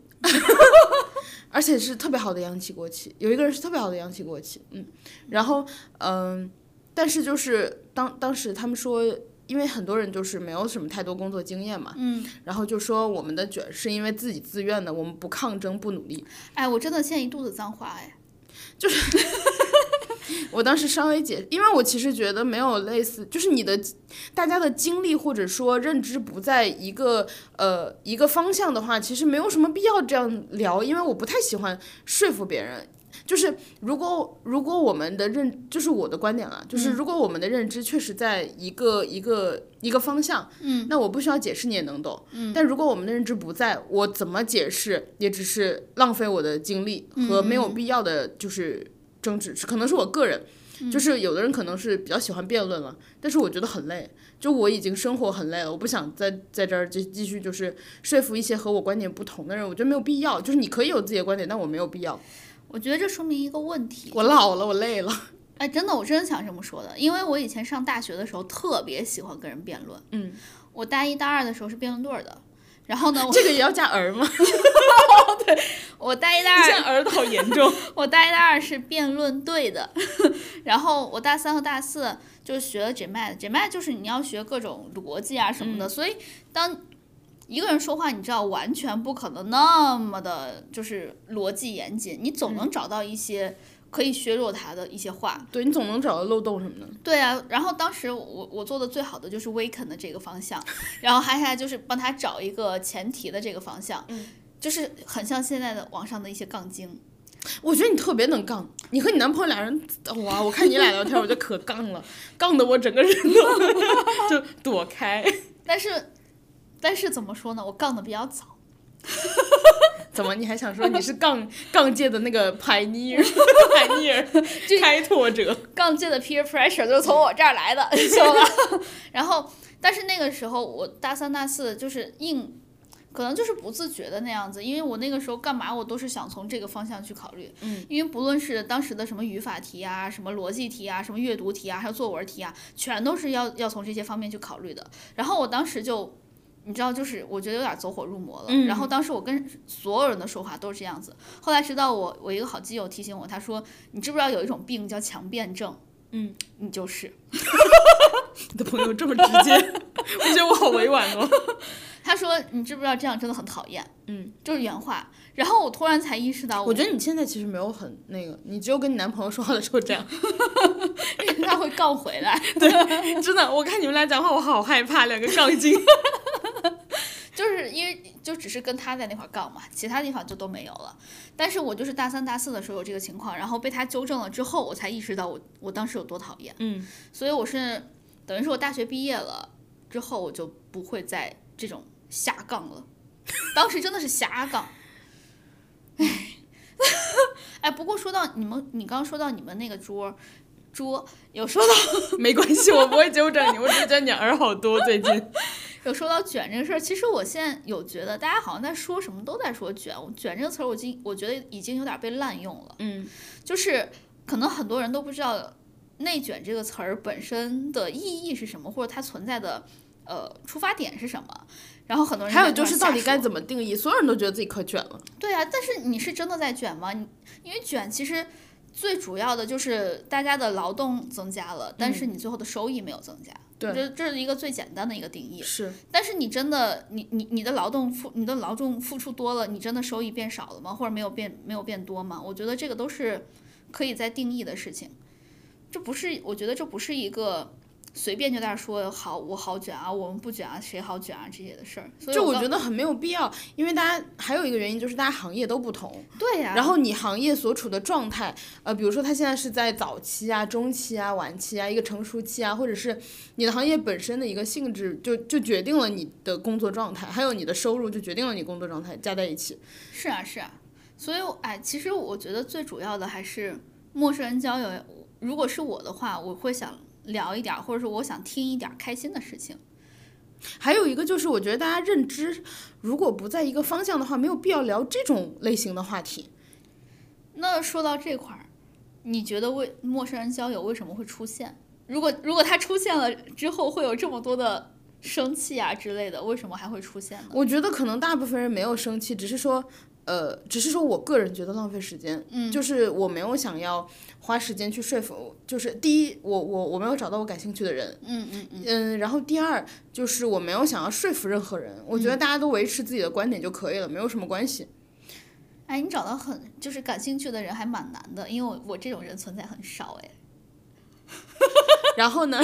C: 而且是特别好的央企国企，有一个人是特别好的央企国企，嗯，然后嗯、但是就是当当时他们说。因为很多人就是没有什么太多工作经验嘛，
B: 嗯，
C: 然后就说我们的卷是因为自己自愿的，我们不抗争不努力。
B: 哎，我真的现在一肚子脏话哎。
C: 我当时稍微解，因为我其实觉得没有类似，就是你的大家的经历或者说认知不在一个呃一个方向的话，其实没有什么必要这样聊，因为我不太喜欢说服别人。就是如果如果我们的认，就是我的观点了，就是如果我们的认知确实在一个一个一个方向，嗯，那我不需要解释你也能懂，嗯。但如果我们的认知不在，我怎么解释也只是浪费我的精力和没有必要的就是争执，可能是我个人。就是有的人可能是比较喜欢辩论了，但是我觉得很累，就我已经生活很累了，我不想再在这儿继继续就是说服一些和我观点不同的人，我觉得没有必要。就是你可以有自己的观点，但我没有必要。
B: 我觉得这说明一个问题，
C: 我老了，我累了。
B: 哎，真的，我真想这么说的，因为我以前上大学的时候特别喜欢跟人辩论，
C: 嗯，
B: 我大一大二的时候是辩论队儿的，然后呢，我
C: 这个也要加儿 吗？
B: 我大一大
C: 现
B: 二
C: 在儿的好严重。
B: 我大一、大二是辩论队的， 然后我大三和大四就学了 GMAT，GMAT 就是你要学各种逻辑啊什么的，所以当一个人说话，你知道完全不可能那么的，就是逻辑严谨，你总能找到一些可以削弱他的一些话。
C: 对你总能找到漏洞什么的。
B: 对啊，然后当时我我做的最好的就是 Weekend 的这个方向，然后还还就是帮他找一个前提的这个方向，就是很像现在的网上的一些杠精。
C: 我觉得你特别能杠，你和你男朋友俩人，哇！我看你俩聊天，我就可杠了，杠的我整个人都 就躲开。
B: 但是，但是怎么说呢？我杠的比较早，
C: 怎么？你还想说你是杠 杠界的那个 pioneer pioneer 开拓者？
B: 杠界的 peer pressure 就是从我这儿来的，你懂吗？ 然后，但是那个时候我大三、大四就是硬，可能就是不自觉的那样子，因为我那个时候干嘛我都是想从这个方向去考虑，
C: 嗯，
B: 因为不论是当时的什么语法题啊、什么逻辑题啊、什么阅读题啊，还有作文题啊，全都是要要从这些方面去考虑的。然后我当时就。你知道，就是我觉得有点走火入魔了。
C: 嗯
B: 然后当时我跟所有人的说话都是这样子。后来直到我我一个好基友提醒我，他说：“你知不知道有一种病叫强辩症？”
C: 嗯，
B: 你就是。
C: 你的朋友这么直 接，我觉得我好委婉哦。
B: 他说：“你知不知道这样真的很讨厌？”
C: 嗯，
B: 就是原话。然后我突然才意识到我，
C: 我觉得你现在其实没有很那个，你只有跟你男朋友说话的时候这样。
B: 得他会杠回来。
C: 真的，我看你们俩讲话，我好害怕，两个杠精。
B: 就是因为就只是跟他在那块儿杠嘛，其他地方就都没有了。但是我就是大三大四的时候有这个情况，然后被他纠正了之后，我才意识到我我当时有多讨厌。
C: 嗯，
B: 所以我是等于是我大学毕业了之后，我就不会再这种瞎杠了。当时真的是瞎杠， 哎，哎。不过说到你们，你刚刚说到你们那个桌桌，有说到
C: 没关系，我不会纠正你，我只是觉得你儿好多最近。
B: 有说到卷这个事儿，其实我现在有觉得大家好像在说什么都在说卷，卷这个词儿，我已经我觉得已经有点被滥用了。
C: 嗯，
B: 就是可能很多人都不知道“内卷”这个词儿本身的意义是什么，或者它存在的呃出发点是什么。然后很多人
C: 还有
B: 在这
C: 就
B: 儿
C: 是
B: 瞎
C: 到底该
B: 说
C: 怎么定义？所有人都觉得自己可卷了。
B: 对啊？但是你是真的在卷吗？你因为卷其实最主要的就是大家的劳动增加了，但是你最后的收益没有增加。
C: 嗯对
B: 这这是一个最简单的一个定义。
C: 是，
B: 但是你真的，你你你的劳动付你的劳动付出多了，你真的收益变少了吗？或者没有变没有变多吗？我觉得这个都是可以在定义的事情，这不是我觉得这不是一个随便就在那儿说好我好卷啊，我们不卷啊，谁好卷啊这些的事儿。所以
C: 就我
B: 刚
C: 觉得很没有必要，因为大家还有一个原因就是大家行业都不同，
B: 对呀、
C: 然后你行业所处的状态，呃，比如说它现在是在早期啊、中期啊、晚期啊、一个成熟期啊，或者是你的行业本身的一个性质，就就决定了你的工作状态，还有你的收入就决定了你工作状态，加在一起。
B: 是啊是啊，所以我哎，其实我觉得最主要的还是陌生人交友。如果是我的话，我会想聊一点儿，或者说我想听一点儿开心的事情。
C: 还有一个就是，我觉得大家认知如果不在一个方向的话，没有必要聊这种类型的话题。
B: 那说到这块儿，你觉得为陌生人交友为什么会出现？如果如果它出现了之后，会有这么多的生气啊之类的，为什么还会出现呢？
C: 我觉得可能大部分人没有生气，只是说，呃，只是说我个人觉得浪费时间，嗯，就是我没有想要花时间去说服，就是第一，我我我没有找到我感兴趣的人，
B: 嗯嗯嗯，
C: 嗯，然后第二就是我没有想要说服任何人，我觉得大家都维持自己的观点就可以了，没有什么关 系。
B: 哎，你找到很就是感兴趣的人还蛮难的，因为我我这种人存在很少哎。
C: 然后呢，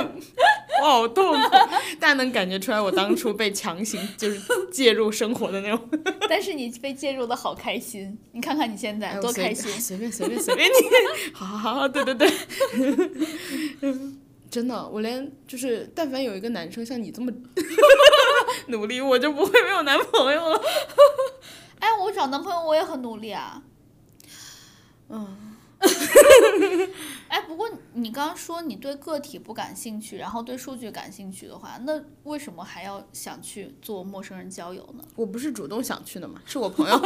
C: 我好痛苦， 大家能感觉出来我当初被强行就是介入生活的那种，
B: 但是你被介入的好开心，你看看你现在
C: 哎
B: 多
C: 我随
B: 开心。
C: 随便随便随便你， 好好好好，对对对，真的，我连就是但凡有一个男生像你这么 努力，我就不会没有男朋友了。
B: 哎，我找男朋友我也很努力啊。嗯。 哎，不过你刚刚说你对个体不感兴趣，然后对数据感兴趣的话，那为什么还要想去做陌生人交友呢？
C: 我不是主动想去的嘛，是我 朋友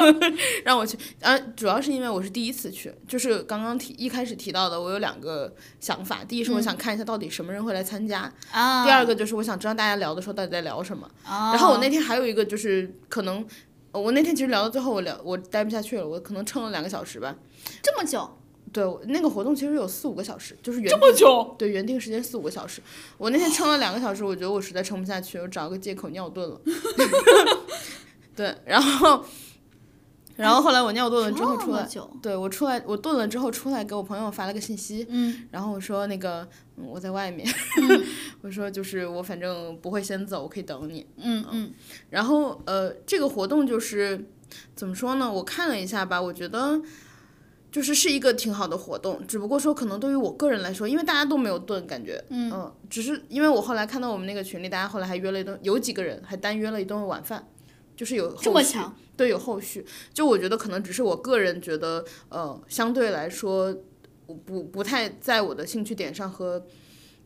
C: 让我去，呃，主要是因为我是第一次去，就是刚刚提一开始提到的，我有两个想法，第一是我想看一下到底什么人会来参加，
B: 啊
C: 第二个就是我想知道大家聊的时候到底在聊什么。
B: 啊，
C: 然后我那天还有一个就是可能，呃我那天其实聊到最后，我聊我待不下去了，我可能撑了两个小时吧。
B: 这么久，
C: 对，我那个活动其实有四五个小时，就是原定
D: 久，
C: 对原定时间四五个小时，我那天撑了两个小时，我觉得我实在撑不下去，我找个借口尿 遁了。 对，然后，然后后来我尿遁了之后
B: 哦这
C: 出
B: 么
C: 来，
B: 久，
C: 对我出来，我顿了之后出来给我朋友发了个信息，
B: 嗯，
C: 然后我说那个、嗯我在外面， 我说就是我反正不会先走，我可以等你。
B: 嗯嗯
C: 然后呃，这个活动就是怎么说呢？我看了一下吧，我觉得就是是一个挺好的活动，只不过说可能对于我个人来说，因为大家都没有盾，感觉嗯、只是因为我后来看到我们那个群里，大家后来还约了一顿，有几个人还单约了一顿晚饭。就是有
B: 这
C: 后
B: 么
C: 续
B: 强，
C: 对，有后续。就我觉得可能只是我个人觉得，呃，相对来说，我不不太在我的兴趣点上和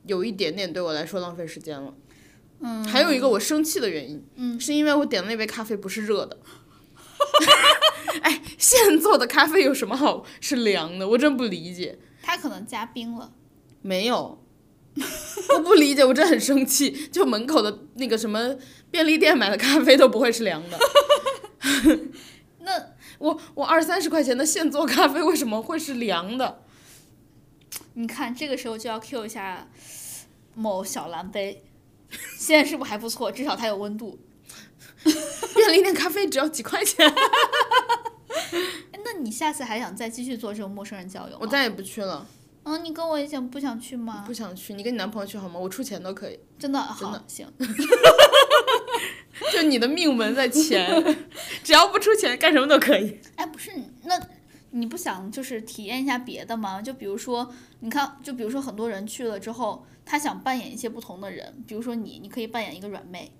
C: 有一点点对我来说浪费时间了。嗯，还有一个我生气的原因，嗯，是因为我点的那杯咖啡不是热的。 哎，现做的咖啡有什么好是凉的？我真不理解。
B: 嗯他可能加冰了，
C: 没有，我不理解，我真的很生气。就门口的那个什么便利店买的咖啡都不会是凉 的。
B: 那
C: 我我二三十块钱的现做咖啡为什么会是凉的？
B: 你看这个时候就要 Q 一下某小蓝杯，现在是不是还不错？至少它有温度。
C: 便利店咖啡只要几块钱，
B: 哎那你下次还想再继续做这种陌生人交友吗？
C: 我再也不去了，
B: 嗯，你跟我一起不想去吗？
C: 不想去。你跟你男朋友去好吗？我出钱都可以。
B: 真的
C: 真
B: 好
C: 的
B: 行，
C: 就你的命门在钱，只要不出钱，干什么都可以。
B: 哎，不是那。你不想就是体验一下别的吗？就比如说，你看，就比如说很多人去了之后，他想扮演一些不同的人，比如说你，你可以扮演一个软妹，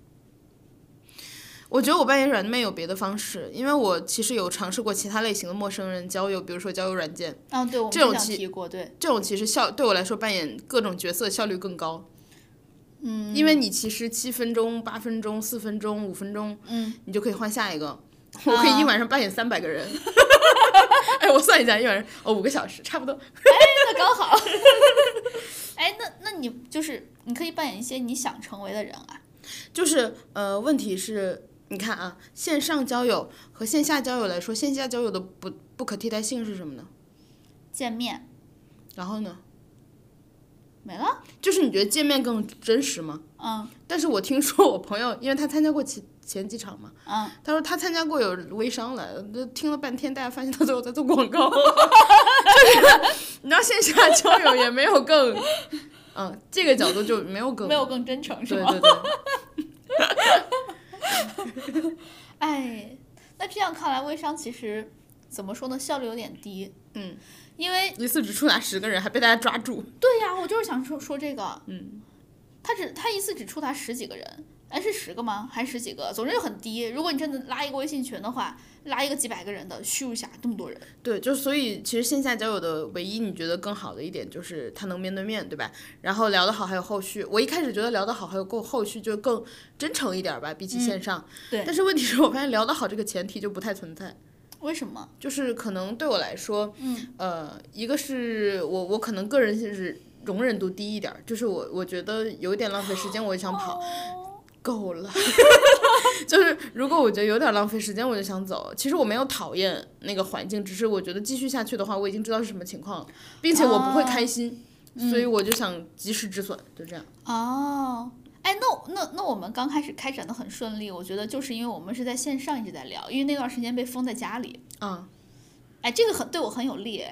C: 我觉得我扮演软妹有别的方式，因为我其实有尝试过其他类型的陌生人交友，比如说交友软件，
B: 啊，对，我们
C: 这种
B: 之
C: 其
B: 前提过， 对，
C: 这种其实效对我来说扮演各种角色效率更高。嗯，因为你其实七分钟、八分钟、四分钟、五分钟，
B: 嗯，
C: 你就可以换下一个。我可以一晚上扮演三百个人。哎，我算一下，一晚上哦五个小时差不多。
B: 那刚好。 哎，那那你就是你可以扮演一些你想成为的人啊，
C: 就是呃，问题是，你看啊，线上交友和线下交友来说，线下交友的不不可替代性是什么呢？
B: 见面
C: 然后呢，
B: 没了，
C: 就是你觉得见面更真实吗？
B: 嗯
C: 但是我听说我朋友，因为他参加过前前几场嘛，
B: 嗯，
C: 他说他参加过有微商来的，就听了半天，大家发现他最后在做 广告，就是你知道线下交友也没有更，嗯，这个角度就没有更，
B: 没有更真诚是
C: 对
B: 吗？
C: 对对，
B: 哎，那这样看来，微商其实怎么说呢，效率有点低。
C: 嗯，
B: 因为
C: 一次只触达十个人，还被大家抓住，
B: 对呀、我就是想说说这个，
C: 嗯，
B: 他只他一次只触达十几个人，哎，是十个吗？还是十几个？总之就很低。如果你真的拉一个微信群的话，拉一个几百个人的，咻一下这么多人，
C: 对，就所以其实线下交友的唯一你觉得更好的一点就是他能面对面，对吧？然后聊得好还有后续，我一开始觉得聊得好还有够后续就更真诚一点吧，比起线上，
B: 对
C: 但是问题是我发现聊得好这个前提就不太存在。
B: 为什么？
C: 就是可能对我来说，嗯，呃，一个是我我 可能个人就是容忍度低一点儿，就是我我觉得有点浪费时间，我也想跑。够了， 就是如果我觉得有点浪费时间，我就想走。其实我没有讨厌那个环境，只是我觉得继续下去的话，我已经知道是什么情况了，并且我不会开心，所以我就想及时止损，就这样。
B: 哦，哎，那那那我们刚开始开展的很顺利，我觉得就是因为我们是在线上一直在聊，因为那段时间被封在家里，
C: 嗯，
B: 哎，这个很对我很有利哎。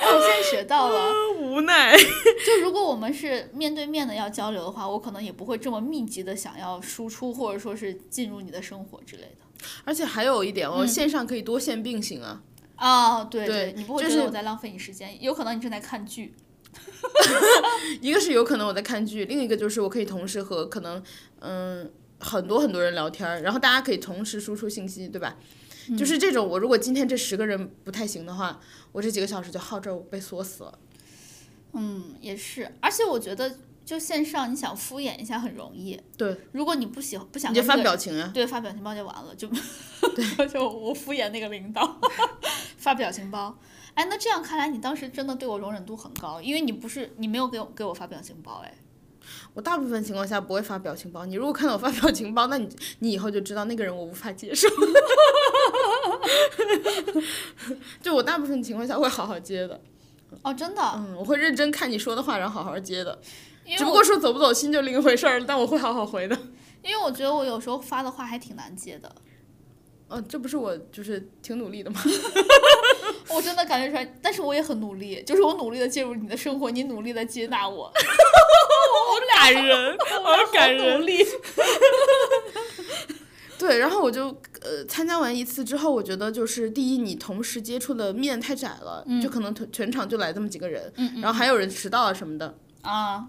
B: 哎，我现在学到了。
C: 无奈。
B: 就如果我们是面对面的要交流的话，我可能也不会这么密集的想要输出，或者说是进入你的生活之类的。
C: 而且还有一点哦，线上可以多线并行啊。
B: 哦，对
C: 对
B: 你不会
C: 就
B: 觉得
C: 是
B: 我在浪费你时间，有可能你正在看剧。
C: 一个是有可能我在看剧，另一个就是我可以同时和可能嗯很多很多人聊天儿，然后大家可以同时输出信息，对吧？
B: 嗯
C: 就是这种，我如果今天这十个人不太行的话，我这几个小时就耗这儿被锁死了。
B: 嗯，也是，而且我觉得就线上你想敷衍一下很容易。
C: 对，
B: 如果你不喜欢不想
C: 你就
B: 跟这
C: 发
B: 个
C: 表情啊，
B: 对，发表情包就完了，就 就我敷衍那个领导， 发表情包。哎，那这样看来，你当时真的对我容忍度很高，因为你不是你没有给我给我发表情包，哎，
C: 我大部分情况下不会发表情包。你如果看到我发表情包，那你你以后就知道那个人我无法接受。 就我大部分情况下会好好接的，
B: 哦，真的，
C: 嗯，我会认真看你说的话，然后好好接的。
B: 因
C: 只
B: 为我
C: 不过说走不走心就另一回事儿了，但我会好好回的。
B: 因为我觉得我有时候发的话还挺难接的，
C: 嗯、这不是我就是挺努力的吗？
B: 我真的感觉出来，但是我也很努力，就是我努力的介入你的生活，你努力的接纳我，
C: 感 人，好感
B: 努。力，
C: 对，然后我就呃参加完一次之后，我觉得就是第一，你同时接触的面太窄了，
B: 嗯
C: 就可能全全场就来这么几个人，然后还有人迟到啊什么的，
B: 啊，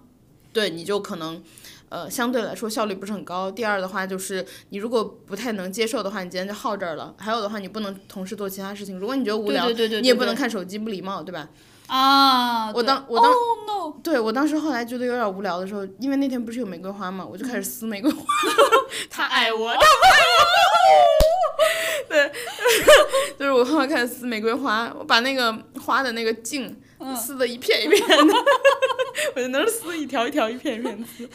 C: 对，你就可能。呃，相对来说效率不是很高。第二的话就是，你如果不太能接受的话，你今天就耗这儿了。还有的话，你不能同时做其他事情。如果你觉得无
B: 对
C: 聊，
B: 对对对，
C: 你也
B: 对
C: 不能
B: 对
C: 看手机，不礼貌，对吧？
B: 啊，
C: 我
B: 对
C: 当我当
B: Oh no，
C: 对我当时后来觉得有点无聊的时候，因为那天不是有玫瑰花嘛，我就开始撕玫瑰花。 他爱我， 他不爱我。对，就是我后来开始撕玫瑰花，我把那个花的那个茎
B: 嗯
C: 撕的一片一片的， 我就能撕一条一条一片一片地撕。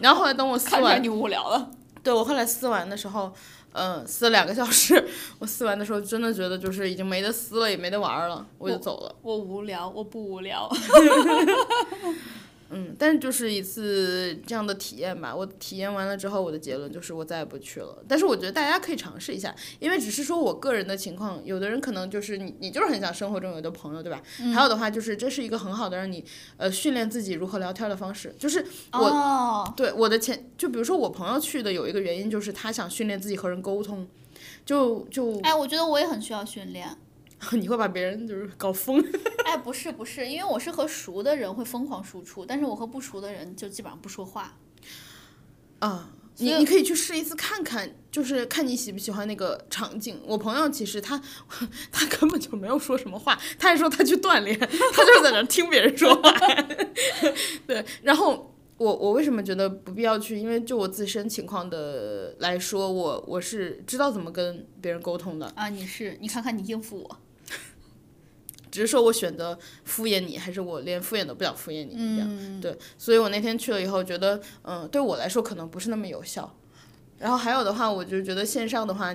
C: 然后后来等我撕
B: 看出来
C: 完，
B: 你无聊了，
C: 对我后来撕完的时候，嗯、撕了两个小时。 我撕完的时候真的觉得就是已经没得撕了，也没得玩儿了，我就走了。
B: 我无聊，我不无聊，
C: 嗯，但是就是一次这样的体验吧。我体验完了之后，我的结论就是我再也不去了。但是我觉得大家可以尝试一下，因为只是说我个人的情况，有的人可能就是你，你就是很想生活中有的朋友，对吧？还有的话就是这是一个很好的让你呃训练自己如何聊天的方式。就是 我、
B: 哦，
C: 对我的前，就比如说我朋友去的有一个原因就是他想训练自己和人沟通，就就、
B: 哎，我觉得我也很需要训练。
C: 你会把别人就是搞疯。
B: 哎，不是不是，因为我是和熟的人会疯狂输出，但是我和不熟的人就基本上不说 话。
C: 啊，
B: 所
C: 你
B: 以
C: 你可以去试一次看看，就是看你喜不喜欢那个场景。我朋友其实他 他根本就没有说什么话，他还说他去锻炼， 他就是在那儿听别人说话。 对，然后我我为什么觉得不必要去？因为就我自身情况的来说，我我是知道怎么跟别人沟通的，
B: 啊，你是你看看你应付我，
C: 只是说我选择敷衍你，还是我连敷衍都不想敷衍你
B: 嗯
C: 这样。对，所以我那天去了以后，觉得嗯、对我来说可能不是那么有效。然后还有的话，我就觉得线上的话，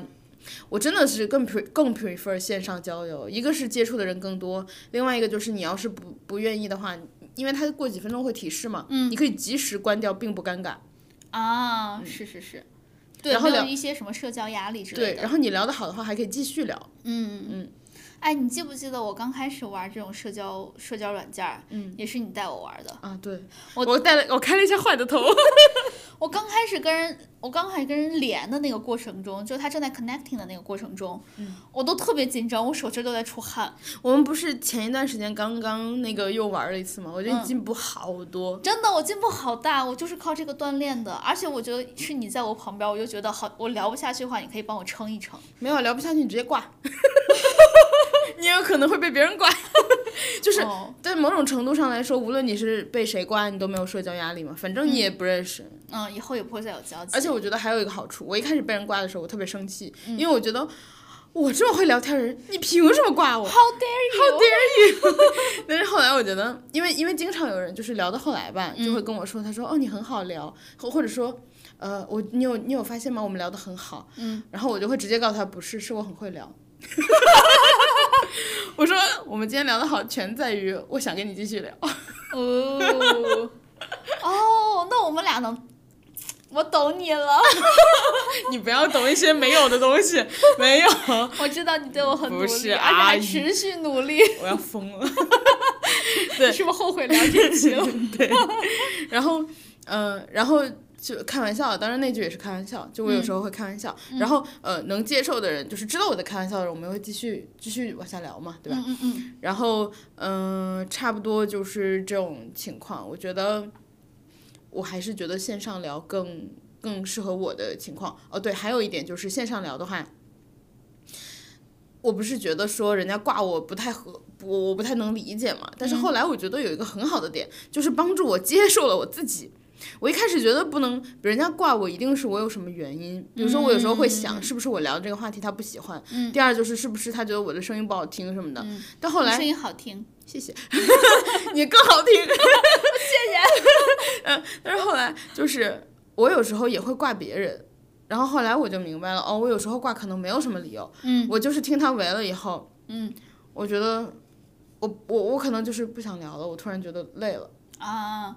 C: 我真的是更 pre 更 prefer 线上交流，一个是接触的人更多，另外一个就是你要是不不愿意的话，因为它过几分钟会提示嘛，你可以及时关掉，并不尴尬。
B: 啊，是是是，对，
C: 嗯然后
B: 没有
C: 聊
B: 一些什么社交压力之类
C: 对，嗯
B: 的。嗯
C: 然后你聊得好的话，还可以继续聊。
B: 哎，你记不记得我刚开始玩这种社交社交软件，嗯，也是你带我玩的。
C: 啊，对，
B: 我
C: 我带了，我开了一下坏的头。
B: 我刚开始跟人，我刚开始跟人连的那个过程中，就他正在 connecting 的那个过程中，
C: 嗯
B: 我都特别紧张，我手心儿都在出汗，
C: 我们不是前一段时间刚刚那个又玩了一次嘛，我觉得你进步好多。
B: 真的，我进步好大，我就是靠这个锻炼的。而且我觉得是你在我旁边，我就觉得好，我聊不下去的话，你可以帮我撑一撑。
C: 没有聊不下去，你直接挂， 你也有可能会被别人挂。 就是
B: 哦
C: 在某种程度上来说，无论你是被谁挂，你都没有社交压力嘛，反正你也不认识。
B: 嗯，以后也不会再有交集。
C: 嗯而且我觉得还有一个好处，我一开始被人挂的时候，我特别生气，因为我觉得。我这么会聊天的人，你凭什么挂我？
B: How dare you？
C: 但是后来我觉得，因为因为经常有人就是聊到后来吧，就会跟我说，他说哦你很好聊，或或者说呃我你有你有发现吗？我们聊得很好，嗯，然后我就会直接告诉他不是，是我很会 聊。我说我们今天聊得好，全在于我想跟你继续聊。
D: 哦，
B: 哦，那我们俩能，我懂你 了，
C: 你不要懂一些没有的东西，没有，
B: 我知道你对我很努
C: 不是
B: 力，而且
C: 阿
B: 还
C: 姨
B: 持续努 力。
C: 我要疯了。
B: 你是不是后悔聊这期 了？
C: 然后，呃，然后就开玩笑，当然那句也是开玩笑，就我有时候会开玩笑。然后，呃，能接受的人，就是知道我在开玩笑的人，我们会继续继续往下聊嘛，对吧？
B: 嗯嗯嗯，
C: 然后，嗯、差不多就是这种情况。我觉得，我还是觉得线上聊更更适合我的情况。哦，对，还有一点就是线上聊的话，我不是觉得说人家挂我不太合，我我不太能理解嘛。但是后来我觉得有一个很好的点，就是帮助我接受了我自己。我一开始觉得不能人家挂我，一定是我有什么原因。比如说，我有时候会想，是不是我聊这个话题他不喜欢？第二就是是不是他觉得我的声音不好听什么的。但后
B: 你
C: 来
B: 声音好听，
C: 谢谢，你更好听，谢谢。嗯，但是后来就是我有时候也会挂别人，然后后来我就明白了，哦，我有时候挂可能没有什么理由，嗯，我就是听他围了以后，
B: 嗯，
C: 我觉得我我我可能就是不想聊了，我突然觉得累了，
B: 啊，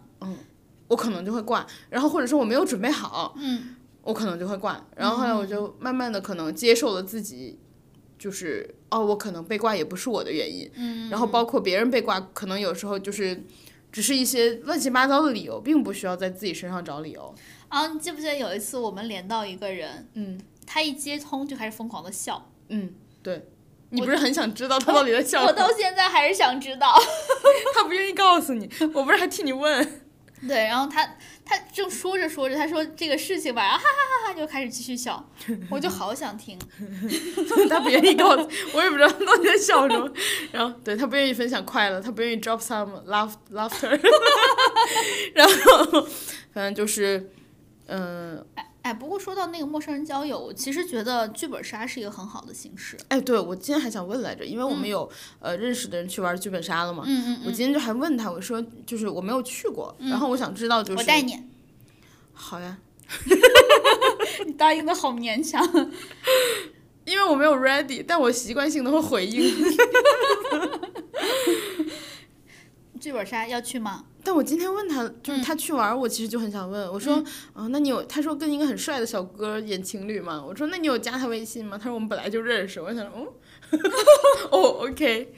C: 我可能就会挂，然后或者说我没有准备好，嗯，我可能就会挂，然后后来我就慢慢的可能接受了自己，就是哦，我可能被挂也不是我的原因，嗯，然后包括别人被挂，可能有时候就是只是一些乱七八糟的理由，并不需要在自己身上找理由，
B: 啊，你记不记得有一次我们连到一个人，
C: 嗯
B: 他一接通就开始疯狂的笑，
C: 嗯，对。你不是很想知道他到底在笑
B: 我
C: 什么？
B: 到现在还是想知道。
C: 他不愿意告诉你，我不是还替你问。
B: 对，然后他他正说着说着，他说这个事情吧，然后哈哈哈哈就开始继续笑，我就好想听。
C: 他不愿意告诉，我也不知道他到底在笑什么。 然后，对他不愿意分享快乐，他不愿意 drop some laugh laughter。然后，反正就是，嗯、
B: 哎，不过说到那个陌生人交友，我其实觉得剧本杀是一个很好的形式。
C: 哎，对我今天还想问来着，因为我们有、呃认识的人去玩剧本杀了嘛。
B: 嗯
C: 我今天就还问他，我说就是我没有去过，然后我想知道就是
B: 我带你，
C: 好呀，
B: 你答应的好勉强。
C: 因为我没有 ready，但我习惯性的会回应。
B: 剧本杀要去吗？
C: 但我今天问他，
B: 嗯
C: 就是他去玩，我其实就很想问，我说，啊，那你有？他说跟一个很帅的小哥演情侣嘛，我说那你有加他微信吗？他说我们本来就认识，我想，哦，哦，OK，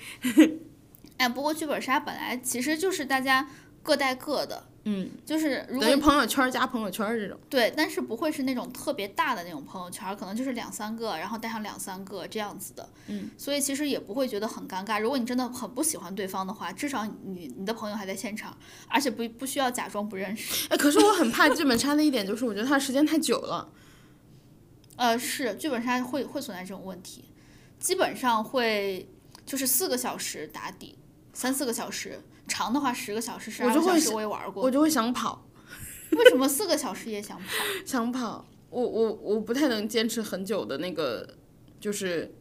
B: 哎，不过剧本杀本来其实就是大家各带各的，
C: 嗯，
B: 就是 如
C: 等于
B: 果
C: 朋友圈加朋友圈这种，
B: 对，但是不会是那种特别大的那种朋友圈，可能就是两三个，然后带上两三个这样子的。
C: 嗯，
B: 所以其实也不会觉得很尴尬。如果你真的很不喜欢对方的话，至少你你的朋友还在现场，而且不不需要假装不认识。
C: 哎，可是我很怕剧本杀的一点就是，我觉得他时间太久了。
B: 呃，是剧本杀会会存在这种问题，基本上会就是四个小时打底，三四个小时，长的话十个小时、十
C: 我
B: 二
C: 就
B: 个小
C: 会
B: 时
C: 是
B: 我也玩过
C: 我。就会想跑，
B: 为什么四个小时也想跑？
C: 想跑。我我我不太能坚持很久的那个，就是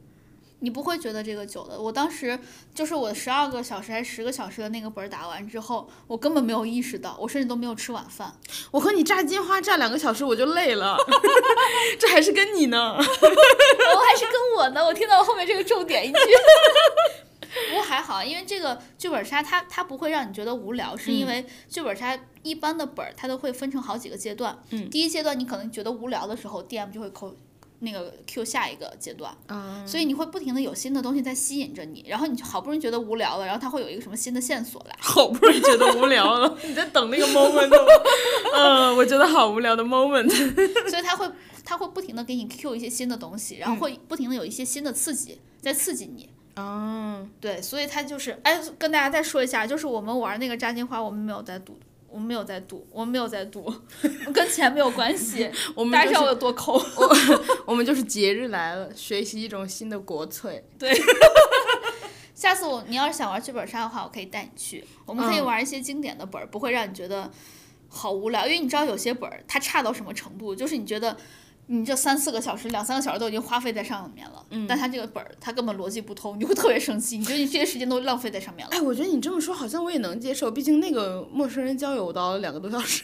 B: 你不会觉得这个久的。我当时就是我十二个小时还是十个小时的那个本儿打完之后，我根本没有意识到，我甚至都没有吃晚饭。
C: 我和你炸金花炸两个小时我就累了， 这还是跟你呢。
D: 我还是跟我呢，我听到后面这个重点一句，
B: 不过还好，因为这个剧本杀它它不会让你觉得无聊，是
D: 嗯
B: 因为剧本杀一般的本儿它都会分成好几个阶段。
C: 嗯
B: 第一阶段你可能觉得无聊的时候，DM 就会扣那个 Q 下一个阶段，
C: 啊，
B: 所以你会不停的有新的东西在吸引着你，然后你就好不容易觉得无聊了，然后它会有一个什么新的线索 来。
C: 好不容易觉得无聊了，你在等那个 moment 吗？嗯，我觉得好无聊的 moment。
B: 所以他会他会不停的给你 Q 一些新的东西，然后
D: 嗯
B: 会不停的有一些新的刺激在刺激你。
C: 啊，
B: 对，所以他就是哎，跟大家再说一下，就是我们玩那个炸金花，我们没有在赌。我们没有在赌，我们没有在赌， 跟钱没有关系。
C: 我们
B: 大家
C: 就
B: 知道我
C: 是
B: 有多抠。
C: 我们就是节日来了，学习一种新的国粹。
B: 下次我你要是想玩剧本杀的话，我可以带你去。我们可以
C: 嗯
B: 玩一些经典的本儿，不会让你觉得好无聊。因为你知道有些本儿它差到什么程度，就是你觉得你这三四个小时、两三个小时都已经花费在上面了，嗯、但他这个本儿他根本逻辑不通，你会特别生气，你觉得你这些时间都浪费在上面了。
C: 哎，我觉得你这么说好像我也能接受，毕竟那个陌生人交友我到了两个多小时。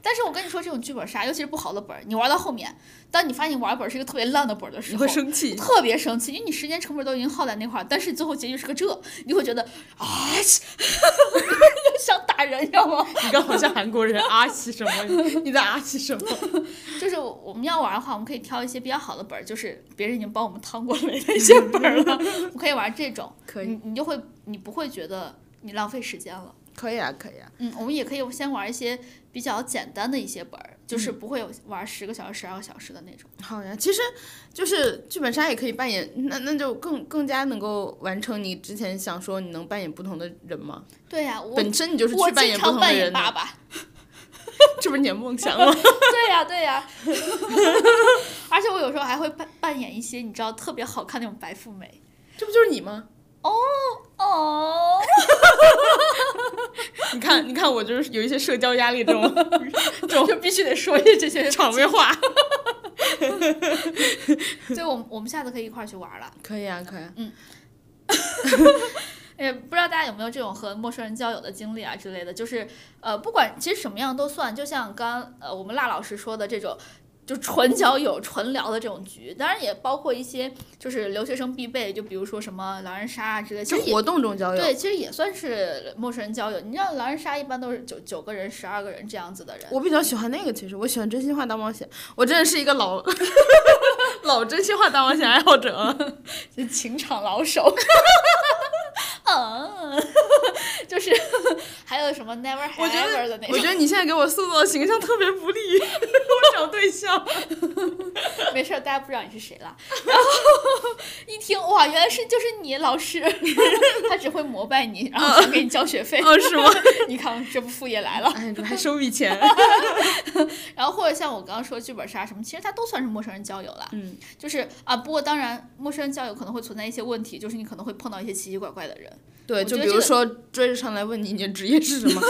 B: 但是我跟你说，这种剧本杀，尤其是不好的本儿，你玩到后面，当你发现你玩的本儿是一个特别烂的本儿的时
C: 你
B: 候
C: 会，生气，
B: 特别生气，因为你时间成本都已经耗在那块儿，但是最后结局是个这，你会觉得啊， 是就想打人，你知道吗？
C: 你刚好像韩国人啊西什么？你在啊西什么？
B: 就是我们要玩的话，我们可以挑一些比较好的本儿，就是别人已经帮我们趟过了的一些本儿 了，我们可以玩这种，
C: 可以，
B: 你你就会你不会觉得你浪费时间了。
C: 可以啊，可以啊。
B: 嗯，我们也可以先玩一些比较简单的一些本儿，就是
C: 嗯
B: 不会有玩十个小时、十二个小时的那种。
C: 好呀，其实就是剧本杀也可以扮演，那那就更更加能够完成你之前想说你能扮演不同的人嘛。
B: 对呀、我
C: 本身你就是
B: 我
C: 去扮
B: 经
C: 演不
B: 常
C: 同
B: 扮
C: 的
B: 演
C: 人
B: 爸
C: 的，
B: 爸。
C: 这不是你的梦想吗？
B: 对呀、对呀、 而且我有时候还会扮扮演一些你知道特别好看那种白富美。
C: 这不就是你吗？
B: 哦，
C: 你看，你看，我就是有一些社交压力这 种
B: 就必须得说一些这些。
C: 场面话。
B: 所以我们我们下次可以一块儿去玩了。
C: 可以啊，可以啊。
B: 哎，不知道大家有没有这种和陌生人交友的经历啊之类的，就是呃，不管其实什么样都算，就像刚呃我们辣老师说的这种。就纯交友、纯聊的这种局，当然也包括一些就是留学生必备，就比如说什么狼人杀啊之类，其
C: 就
B: 实也
C: 活动中交友，
B: 对，其实也算是陌生人交友。你知道狼人杀一般都是九九个人、十二个人这样子的人，
C: 我比较喜欢那个，其实我喜欢真心话大冒险，我真的是一个 老老真心话大冒险爱好者。
B: 就情场老手。 嗯， 就是还有什么 never
C: 我觉
B: have
C: 得
B: ever 的那
C: 我觉
B: 种，
C: 得你现在给我塑造的形象特别 不利，我找对 象。
B: 没事儿，大家不知道你是谁了。然后一听哇，原来是就是你老师， 他只会膜拜你，然
C: 嗯
B: 后想给你交学费。
C: 哦，是 吗？
B: 你看这不副业来了。
C: 哎，这还收笔钱。
B: 然后或者像我刚刚说剧本杀什么，其实它都算是陌生人交友啦。
C: 嗯，
B: 就是啊，不过当然，陌生人交友可能会存在一些问题，就是你可能会碰到一些奇奇怪怪的人。
C: 对，
B: 我
C: 就
B: 觉
C: 比
B: 得
C: 如
B: 这个
C: 说追着上来问你你的职业是什 么，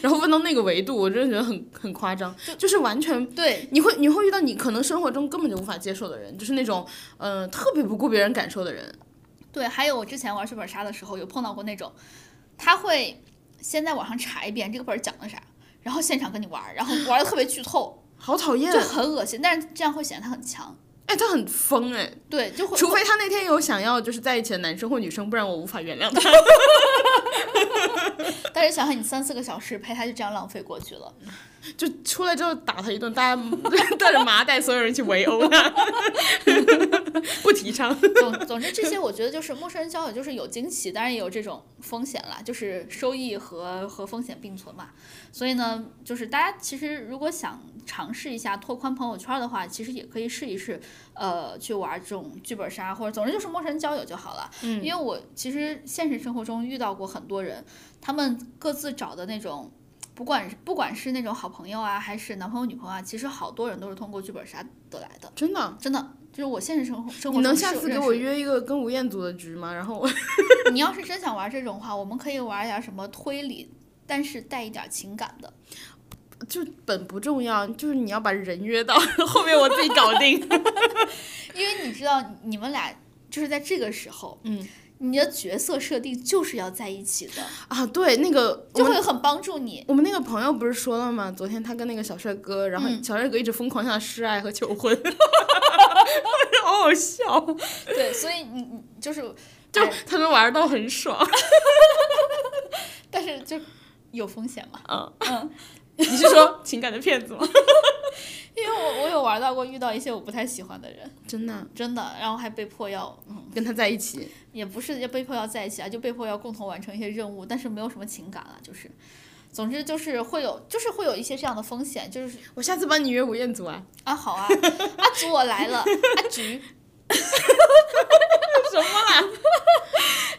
C: 然后问到那个维度，我真的觉得很很夸张，就是完全。
B: 对，
C: 你会你会遇到你可能生活中根本就无法接受的人，就是那种嗯、呃特别不顾别人感受的人。
B: 对，还有我之前玩剧本杀的时候，有碰到过那种，他会先在网上查一遍这个本儿讲的啥，然后现场跟你玩儿，然后玩的特别剧 透，
C: 好讨厌
B: 就！很恶心，但是这样会显得他很强。
C: 哎，他很疯哎，
B: 对，就会
C: 除非他那天有想要就是在一起的男生或女生，不然我无法原 谅他。
B: 但是想想你三四个小时陪他就这样浪费过去了，
C: 就出来之后打他一顿，大家 带着麻袋，所有人去围殴 他，不提倡。
B: 总总之这些我觉得就是陌生人交友就是有惊喜，当然也有这种风险啦，就是收益和和风险并存嘛。所以呢，就是大家其实如果想尝试一下拓宽朋友圈的话，其实也可以试一试，呃，去玩这种剧本杀，或者总之就是陌生人交友就好了。
C: 嗯
B: 因为我其实现实生活中遇到过很多人，他们各自找的那种，不管是不管是那种好朋友啊，还是男朋友女朋友啊，其实好多人都是通过剧本杀得来的，
C: 真的，
B: 真的。就是我现实生活生活中
C: 你能
B: 是
C: 下
B: 有
C: 次
B: 认
C: 给
B: 识
C: 我
B: 的
C: 约一个跟吴彦祖的局吗？然后我
B: 你要是真想玩这种话，我们可以玩点什么推理，但是带一点情感的。
C: 就本不重要，就是你要把人约 到，后面我自己搞定。
B: 因为你知道，你们俩就是在这个时候，
C: 嗯，
B: 你的角色设定就是要在一起的，
C: 啊，对，那个我
B: 就
C: 们
B: 会很帮助你。
C: 我们那个朋友不是说了吗？昨天他跟那个小帅哥，然后
B: 嗯
C: 小帅哥一直疯狂向他示爱和求婚， 好好笑，
B: 对，所以你你就是
C: 就
B: 哎
C: 他们玩到很爽。
B: 但是就有风险嘛。
C: 嗯
B: 嗯，
C: 你是说情感的骗子吗？
B: 因为我我有玩到过遇到一些我不太喜欢的人，
C: 真的
B: 真的，然后还被迫要，嗯，
C: 跟他在一起，
B: 也不是要被迫要在一起啊，就被迫要共同完成一些任务，但是没有什么情感了、就是。总之就是会有，就是会有一些这样的风险，就是
C: 我下次帮你约吴彦祖啊。
B: 啊，好啊，阿祖我来 了，阿菊。
C: 什么啦？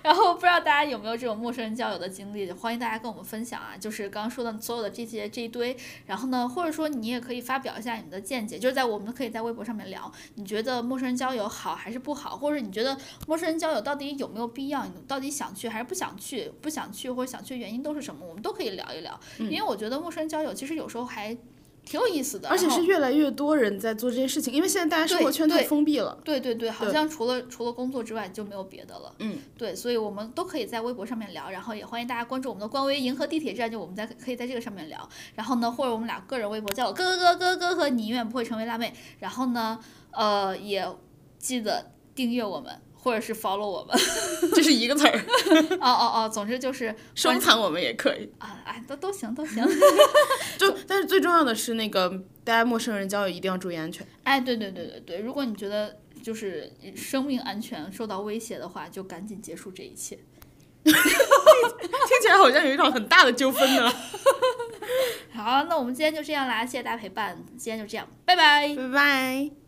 B: 然后不知道大家有没有这种陌生人交友的经历，欢迎大家跟我们分享啊，就是刚刚说的所有的这些这一堆，然后呢，或者说你也可以发表一下你的见解，就是在我们可以在微博上面聊，你觉得陌生人交友好还是不好，或者你觉得陌生人交友到底有没有必要，你到底想去还是不想去，不
C: 嗯
B: 想去或者想去的原因都是什么，我们都可以聊一聊，因为我觉得陌生人交友其实有时候还挺有意思的。
C: 而且
B: 然后
C: 是越来越多人在做这件事情，因为现在大家生活
B: 对
C: 圈太
B: 对
C: 封闭了。
B: 对对对，好
C: 对
B: 像除了除了工作之外就没有别的了。
C: 嗯，
B: 对，所以我们都可以在微博上面聊，然后也欢迎大家关注我们的官微“银河地铁站”，就我们在可以在这个上面聊。然后呢，或者我们俩个人微博叫我哥哥哥哥哥和你永远不会成为辣妹。然后呢，呃，也记得订阅我们。或者是 follow 我们，
C: 这是一个词儿，
B: 哦哦哦，总之就是
C: 收藏我们也可以。
B: 啊，哎，都都行都行，
C: 就但是最重要的是，那个大家陌生人交友一定要注意安全。
B: 哎，对对对对对，如果你觉得就是生命安全受到威胁的话，就赶紧结束这一切。
C: 听起来好像有一场很大的纠纷呢。
B: 好，那我们今天就这样啦，谢谢大家陪伴，今天就这样，拜拜。
C: 拜拜。